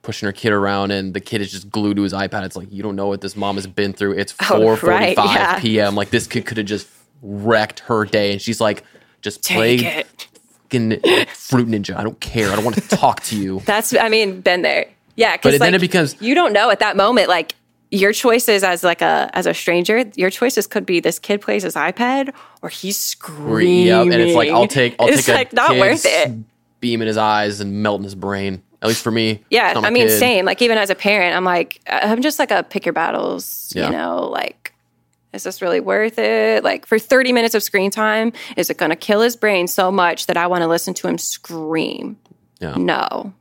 A: pushing her kid around and the kid is just glued to his iPad. It's like you don't know what this mom has been through. It's
C: Oh,
A: 4:45
C: right, yeah.
A: p.m. Like this kid could have just wrecked her day and she's like just play
C: Take it.
A: fucking fruit ninja. I don't care. I don't want to talk to you.
C: That's I mean, been there. Yeah,
A: But
C: because
A: then it becomes-
C: you don't know at that moment like your choices as like a as a stranger. Your choices could be this kid plays his iPad or he's screaming.
A: Yep, and it's like I'll take I'll
C: it's
A: take a
C: like not
A: kid's
C: worth it.
A: Beam in his eyes and melt in his brain. At least for me.
C: Yeah,
A: It's not my
C: I mean,
A: kid.
C: same. Like even as a parent, I'm like uh, I'm just like a pick your battles.
A: Yeah.
C: You know, like is this really worth it? Like for 30 minutes of screen time, is it going to kill his brain so much that I want to listen to him scream?
A: Yeah.
C: No.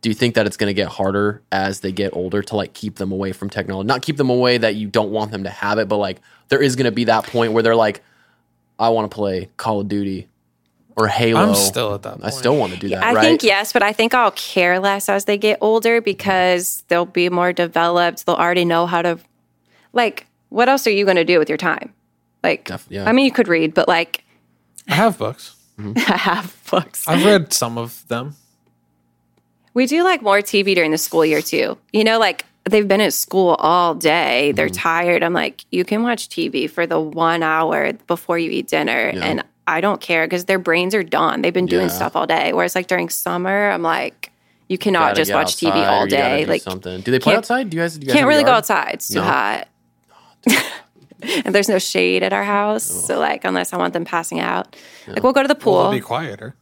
A: Do you think that it's going to get harder as they get older to like keep them away from technology? Not keep them away that you don't want them to have it, but like there is going to be that point where they're like, I want to play Call of Duty or Halo.
B: I'm still at that point.
A: I still want to do that.
C: I
A: Uh, right?
C: think yes, but I think I'll care less as they get older because they'll be more developed. They'll already know how to like what else are you going to do with your time? Like
A: Def- yeah.
C: I mean you could read, but like
B: I have books.
A: Mm-hmm.
C: I have books.
B: I've read some of them.
C: We do like more TV during the school year too. You know like they've been at school all day.
A: Mm-hmm.
C: They're tired. I'm like you can watch TV for the 1 hour before you eat dinner
A: Yeah.
C: and I don't care because their brains are done. They've been doing
A: Yeah.
C: stuff all day. Whereas like during summer, I'm like you cannot
A: Gotta
C: just
A: get
C: watch TV
A: outside or
C: all
A: you gotta
C: day.
A: do
C: Like
A: something. Do they play
C: can't-
A: outside? Do you guys? Do you guys
C: Can't
A: have a
C: really go
A: yard?
C: outside. It's too
A: No.
C: hot. and there's no shade at our house. So like unless I want them passing out. Like we'll go to the
B: Well,
C: pool.
B: they'll be quieter.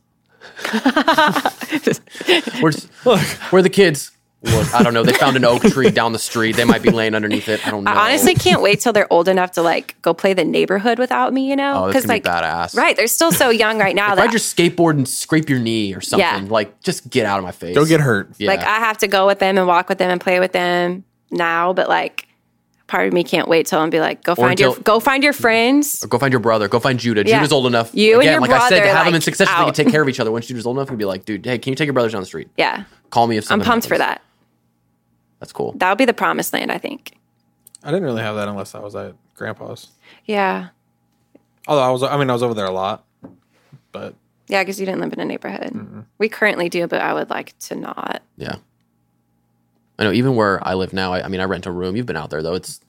A: Where's where are the kids? Look, I don't know. They found an oak tree down the street. They might be laying underneath it. I don't know.
C: I honestly can't wait till they're old enough to like go play the neighborhood without me, you know?
A: oh, that's
C: Because
A: gonna
C: like
A: be badass.
C: right, they're still so young right now that
A: Ride your skateboard and scrape your knee or something.
C: Yeah.
A: Like, just get out of my face.
B: Don't get hurt.
A: Yeah.
C: like I have to go with them and walk with them and play with them now, but like part of me can't wait till I'm be like, go find your
A: until-
C: go find your friends.
A: Go find your brother. Go find Judah.
C: Yeah.
A: Judah's old enough.
C: You and your
A: like I said, to
C: brother,
A: have them in
C: like,
A: succession, so they can
C: out.
A: take care of each other. When Judah's old enough, we'd be like, dude, hey, can you take your brothers down the street?
C: Yeah,
A: Call me if
C: I'm
A: something.
C: pumped for
A: happens.
C: that.
A: That's cool.
C: That'll be the promised land, I think.
B: I didn't really have that unless I was at grandpa's.
C: Yeah,
B: Although I was, I mean, I was over there a lot, but
C: yeah, because you didn't live in a neighborhood. We currently do, but I would like to not.
A: Yeah. I know. Even where I live now, I, I mean, I rent a room. You've been out there though. It's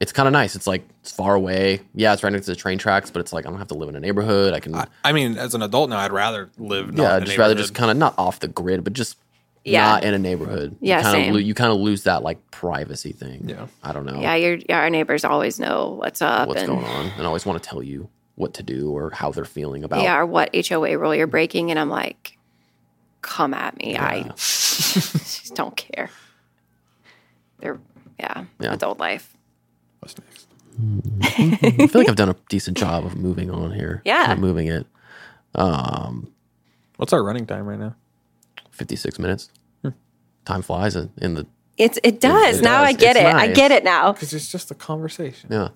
A: it's kind of nice. It's like it's far away. Yeah, it's right next to the train tracks, but it's like I don't have to live in a neighborhood. I can.
B: I, I mean, as an adult now, I'd rather live. not
A: yeah,
B: in
A: I'd
B: a
A: just rather
B: neighborhood.
A: just kind of not off the grid, but just
C: Yeah.
A: not in a neighborhood.
C: Yeah,
A: you kind
C: same.
A: of you kind of lose that like privacy thing.
B: Yeah.
A: I don't know
C: Yeah, your yeah, our neighbors always know what's up
A: what's
C: and
A: going on, and I always want to tell you what to do or how they're feeling about.
C: yeah, or what HOA rule you're breaking, and I'm like, come at me, I just don't care. They're yeah,
A: Yeah.
C: adult life.
B: What's next?
A: I feel like I've done a decent job of moving on here.
C: Yeah.
A: Kinda moving it. Um,
B: What's our running time right now?
A: fifty-six minutes.
B: Hmm.
A: Time flies in, in the
C: It's it does.
A: It
C: now
A: does.
C: I get
A: It's
C: it. I
A: nice.
C: get it now.
B: Because it's just a conversation.
A: Yeah.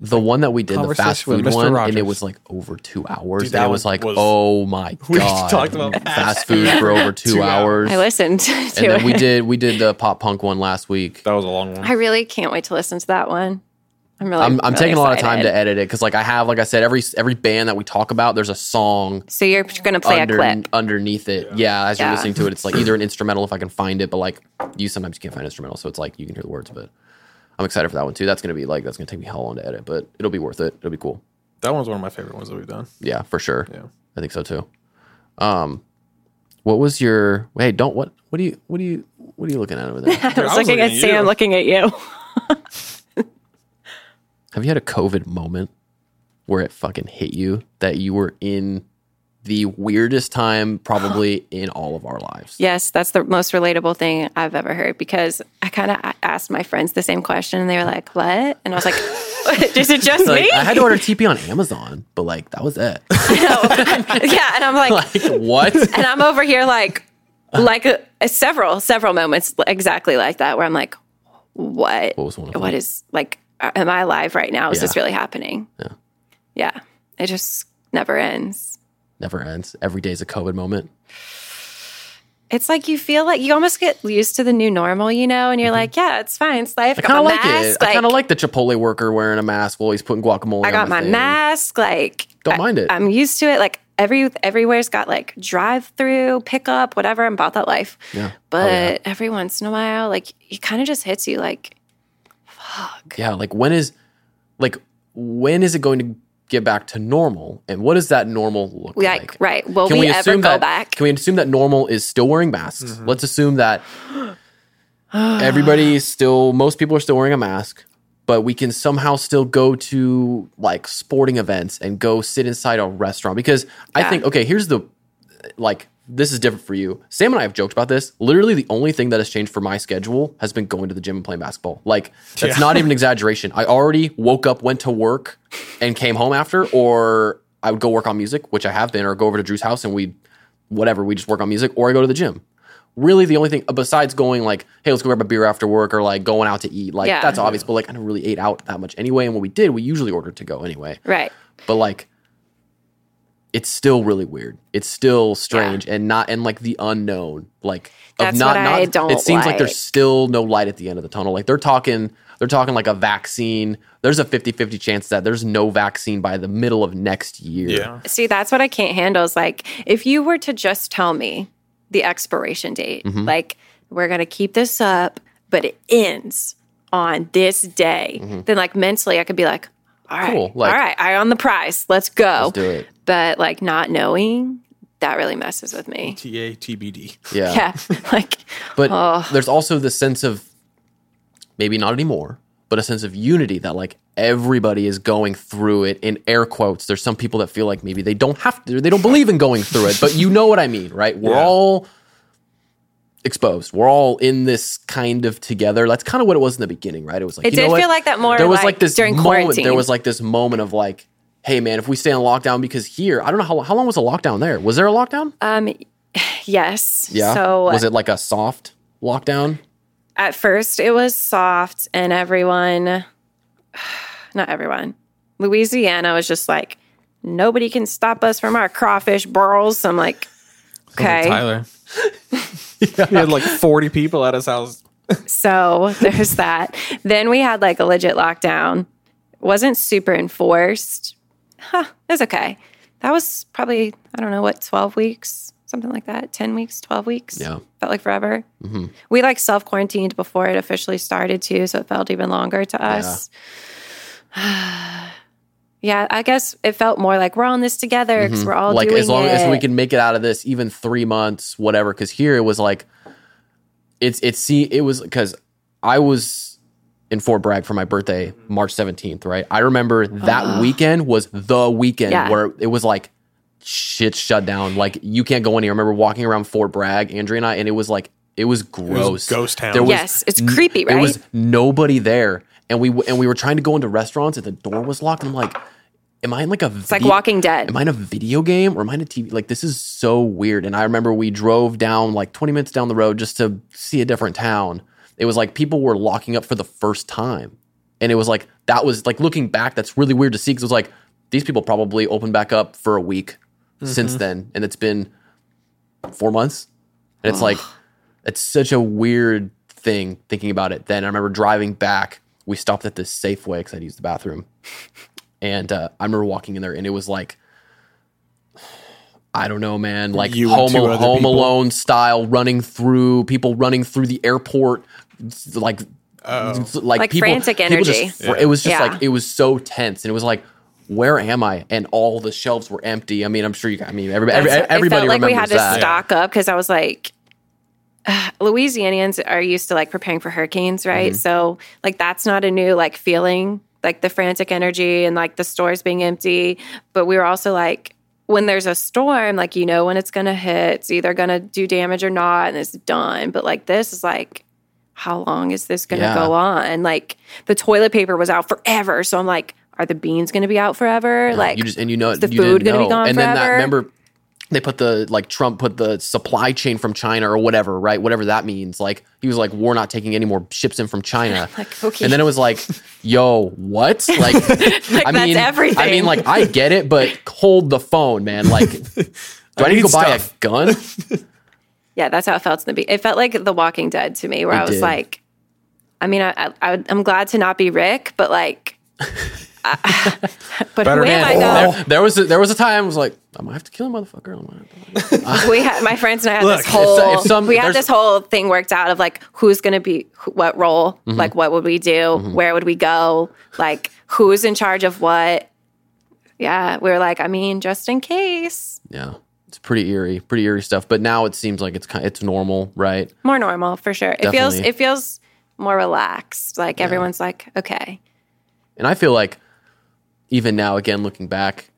A: The one that we did, the fast
B: Conversation with
A: food
B: Mr.
A: one, and it
B: Rogers.
A: was like over two hours.
B: Dude,
A: and
B: that
A: it was
B: one
A: like,
B: was-
A: oh my god,
B: We talked about
A: fast food for over two,
B: Two
A: hours.
C: I listened to
A: and then
C: it.
A: we did we did the pop punk one last week.
B: That was a long
C: I
B: one.
C: really can't wait to listen to that one. I'm really.
A: I'm, I'm
C: really
A: taking a lot of time
C: excited.
A: to edit it because like I have like I said every every band that we talk about there's a song
C: So you're going to play
A: under,
C: a clip.
A: underneath it. Yeah, as you're
C: Yeah.
A: listening to it, it's like either an instrumental if I can find it, but like you sometimes can't find instrumental, so it's like you can hear the words. But I'm excited for that one too. That's gonna be like that's gonna take me hell long to edit, but it'll be worth it. It'll be cool.
B: That one's one of my favorite ones that we've done.
A: Yeah, for sure.
B: Yeah.
A: I think so too. Um, what was your? Hey, don't what? What do you? What do you? What are you looking at over there?
C: I was looking at Sam,
B: you.
C: looking at you.
A: Have you had a COVID moment where it fucking hit you that you were in the weirdest time probably in all of our lives?
C: Yes, that's the most relatable thing I've ever heard because I kind of asked my friends the same question and they were like, "What?" And I was like, "Is it just
A: Like,
C: me?"
A: I had to order TP on Amazon, but like that was it.
C: yeah, and I'm like,
A: like what?
C: and I'm over here like, like a, a several several moments exactly like that where I'm like, "What?
A: What was one of
C: what
A: them?
C: is like? Am I alive right now? Is this
A: Yeah.
C: really happening?"
A: Yeah.
C: yeah, it just never ends.
A: Never ends. Every day's a COVID moment.
C: It's like you feel like you almost get used to the new normal, you know, and you're like, yeah, it's fine. It's life.
A: Mm-hmm. I kind of
C: my
A: like it.
C: mask,
A: I kind of like the Chipotle worker wearing a mask while he's putting guacamole.
C: I got
A: on
C: my
A: thing.
C: mask. Like,
A: Don't
C: I-
A: mind it.
C: I'm used to it. Like every everywhere's got like drive through, pickup, whatever. I'm about that life.
A: Yeah.
C: But
A: Oh, yeah.
C: every once in a while, like it kind of just hits you. Like, fuck.
A: Yeah, like when is like when is it going to get back to normal, and what does that normal look
C: Like,
A: like?
C: right? Will we, ever go
A: that,
C: back?
A: Can we assume that normal is still wearing masks? Let's assume that everybody is still, most people are still wearing a mask, but we can somehow still go to like sporting events and go sit inside a restaurant because I
C: Yeah.
A: think okay, here's the like this is different for you. Sam and I have joked about this. Literally, the only thing that has changed for my schedule has been going to the gym and playing basketball. Like that's not even an exaggeration. I already woke up, went to work, and came home after, or I would go work on music, which I have been, or go over to Drew's house and we, whatever, we just work on music, or I go to the gym. Really, the only thing uh, besides going like, hey, let's go grab a beer after work, or like going out to eat, like
C: Yeah.
A: that's obvious. But like, I never really ate out that much anyway. And when we did, we usually ordered to go anyway
C: right.
A: but like it's still really weird it's still strange and not and like the unknown like
C: That's
A: of not,
C: what
A: not
C: I don't
A: it seems like.
C: like.
A: there's still no light at the end of the tunnel like they're talking they're talking like a vaccine there's a 50-50 chance that there's no vaccine by the middle of next year
B: Yeah.
C: See, that's what I can't handle. Is like if you were to just tell me the expiration date,
A: Mm-hmm.
C: like we're gonna keep this up, but it ends on this day, then like mentally I could be like, all right,
A: Mm-hmm. Cool, like-
C: all right, I on the prize, let's go.
A: let's do it
C: But like not knowing, that really messes with me.
B: T A T B D.
A: yeah,
C: Yeah, like
A: but
C: Oh.
A: there's also the sense of maybe not anymore but a sense of unity that like everybody is going through it in air quotes there's some people that feel like maybe they don't have to they don't believe in going through it but you know what i mean right we're
B: Yeah.
A: all exposed we're all in this kind of together that's kind of what it was in the beginning right it was like
C: it
A: you know
C: did
A: what?
C: feel like that more.
A: there was
C: like,
A: like, this
C: during
A: moment
C: quarantine.
A: there was like this moment of like hey man if we stay on lockdown because here i don't know how, how long was the lockdown there was there a lockdown
C: um, yes,
A: yeah
C: Uh, So
A: was it like a soft lockdown
C: At first, it was soft, and everyone, not everyone, Louisiana was just like, nobody can stop us from our crawfish burls. I'm like, okay.
B: Tyler. We had like 40 people at his house.
C: So there's that. Then we had like a legit lockdown. Wasn't super enforced. Huh, it was okay. That was probably, I don't know, what, 12 weeks, something like that? 10 weeks, 12 weeks?
A: Yeah. Mm-hmm.
C: Felt like forever. We like self quarantined before it officially started too. So it felt even longer to us. Yeah. I guess it felt more like we're on this together because we're all
A: Mm-hmm. like
C: doing
A: as long as we
C: it.
A: can make it out of this, even three months, whatever. Because here it was like, it's it's see it was because I was in Fort Bragg for my birthday, March seventeenth. Right, I remember that weekend was the weekend
C: Oh. Yeah.
A: where it was like shit shut down. Like you can't go in here. I remember walking around Fort Bragg, Andrea and I, and it was like it was gross.
D: ghost town.
A: There was
C: Yes, it's creepy,
A: There
C: right?
A: was nobody there, and we and we were trying to go into restaurants, and the door was locked. And I'm like, am I in like a?
C: It's like Walking Dead.
A: Am I in a video game or am I in a TV? Like this is so weird. And I remember we drove down like 20 minutes down the road just to see a different town. It was like people were locking up for the first time, and it was like that was like looking back. That's really weird to see because it was like these people probably opened back up for a week since then, and it's been four months. And it's like, it's such a weird thing thinking about it. Then I remember driving back. We stopped at this Safeway because I'd used the bathroom. And uh, I remember walking in there and it was like, I don't know, man, like
D: You and
A: home,
D: two other
A: home
D: people?
A: alone style running through, people running through the airport, s- like,
B: Oh.
D: Oh.
A: s- like,
C: Like
A: people,
C: frantic
A: people just
C: energy.
A: fr- It was just
C: Yeah.
A: like, it was so tense. And it was like, where am I? And all the shelves were empty. I mean, I'm sure you, I mean, everybody, every,
C: That's-
A: everybody
C: it felt like we
A: remembers
C: had to
A: that.
C: stock up because I was like, ugh, Louisianians are used to like preparing for hurricanes,
A: Mm-hmm.
C: right? So like that's not a new like feeling, like the frantic energy and like the stores being empty. But we were also like, when there's a storm, like you know when it's gonna hit, it's either gonna do damage or not, and it's done. But like this is like. How long is this going to
A: Yeah.
C: go on? Like the toilet paper was out forever, so I'm like, are the beans going to be out forever? like
A: you just and you know
C: is the
A: you
C: food
A: didn't
C: going to
A: know.
C: be gone
A: and
C: forever?
A: then that remember they put the like Trump put the supply chain from China or whatever right whatever that means like he was like we're not taking any more ships in from China
C: Like, okay.
A: and then it was like yo what like, I
C: that's
A: mean
C: everything.
A: I mean like I get it but hold the phone man like do I, need to
D: need
A: go buy a
D: stuff.
C: Oh
A: gun
C: Yeah, that's how it felt in the be- It felt like The Walking Dead to me, where
A: It
C: I was
A: did.
C: like, I mean, I, I, I, would- I'm glad to not be Rick, but like, I, but who am I though?
A: there, there was a, there was a time I was like I might have to kill a motherfucker I might have to-
C: We had my friends and I had
D: Look,
C: this
D: if-
C: whole
A: if some-
C: we had
A: there's-
C: this whole thing worked out of like who's going to be wh- what role,
A: Mm-hmm.
C: like what would we do, where would we go, like who's in charge of what. Yeah, we were like, I mean, just in case,
A: yeah it's pretty eerie pretty eerie stuff but now it seems like it's kind it's normal right
C: more normal for sure. It feels
A: Definitely.
C: it feels more relaxed. Like everyone's like, okay,
A: And I feel like even now, again, looking back,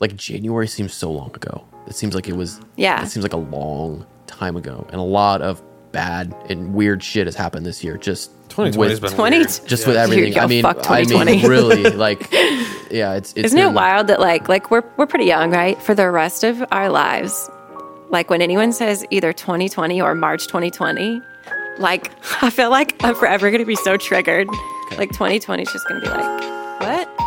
A: like January seems so long ago. It seems like it was,
C: Yeah.
A: it seems like a long time ago. And a lot of bad and weird shit has happened this year. Just
B: 2020 has
A: with,
B: been
C: twenty.
B: weird.
A: just with everything.
C: Yo,
A: I mean,
C: fuck
A: I mean,
C: 2020.
A: really, like, yeah, it's, it's
C: Isn't it
A: been-
C: wild that like like we're we're pretty young, right? For the rest of our lives, like when anyone says either 2020 or March 2020, like I feel like I'm forever gonna be so triggered. Like 2020 is just gonna be like, what?